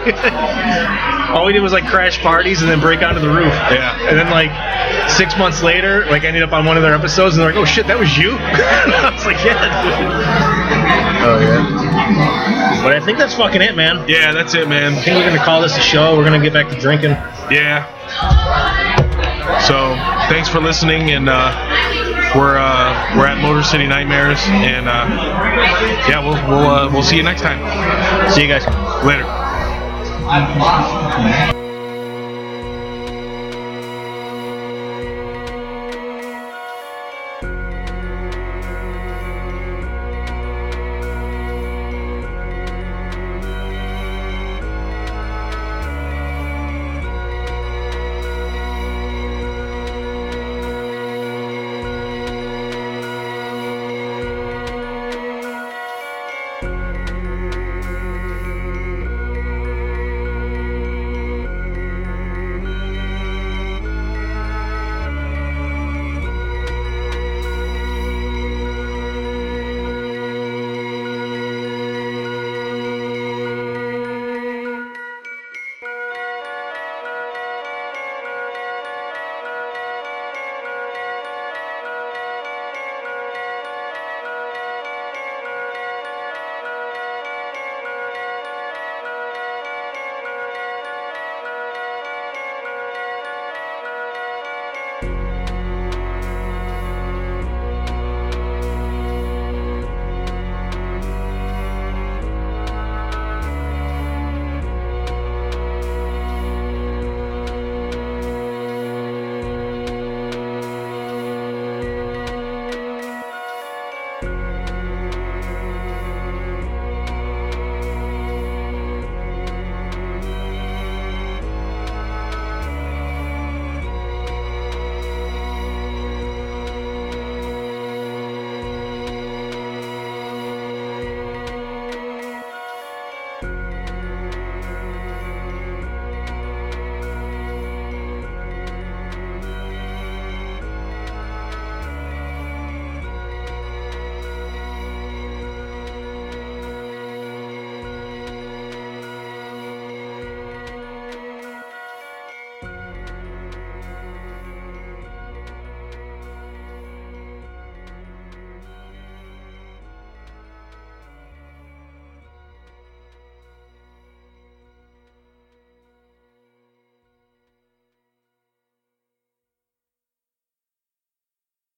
Speaker 2: Yeah.
Speaker 1: All we did was like crash parties and then break onto the roof.
Speaker 2: Yeah.
Speaker 1: And then like six months later, like I ended up on one of their episodes, and they're like, "Oh shit, that was you." I was like, "Yeah."
Speaker 2: Oh, yeah.
Speaker 1: dude." But I think that's fucking it, man. I
Speaker 2: Yeah, that's it, man.
Speaker 1: think we're gonna call this a show. We're gonna get back to drinking.
Speaker 2: Yeah. So thanks for listening, and uh, we're uh, we're at Motor City Nightmares, and uh, yeah, we'll we'll uh, we'll see you next time.
Speaker 1: See you guys.
Speaker 2: Later.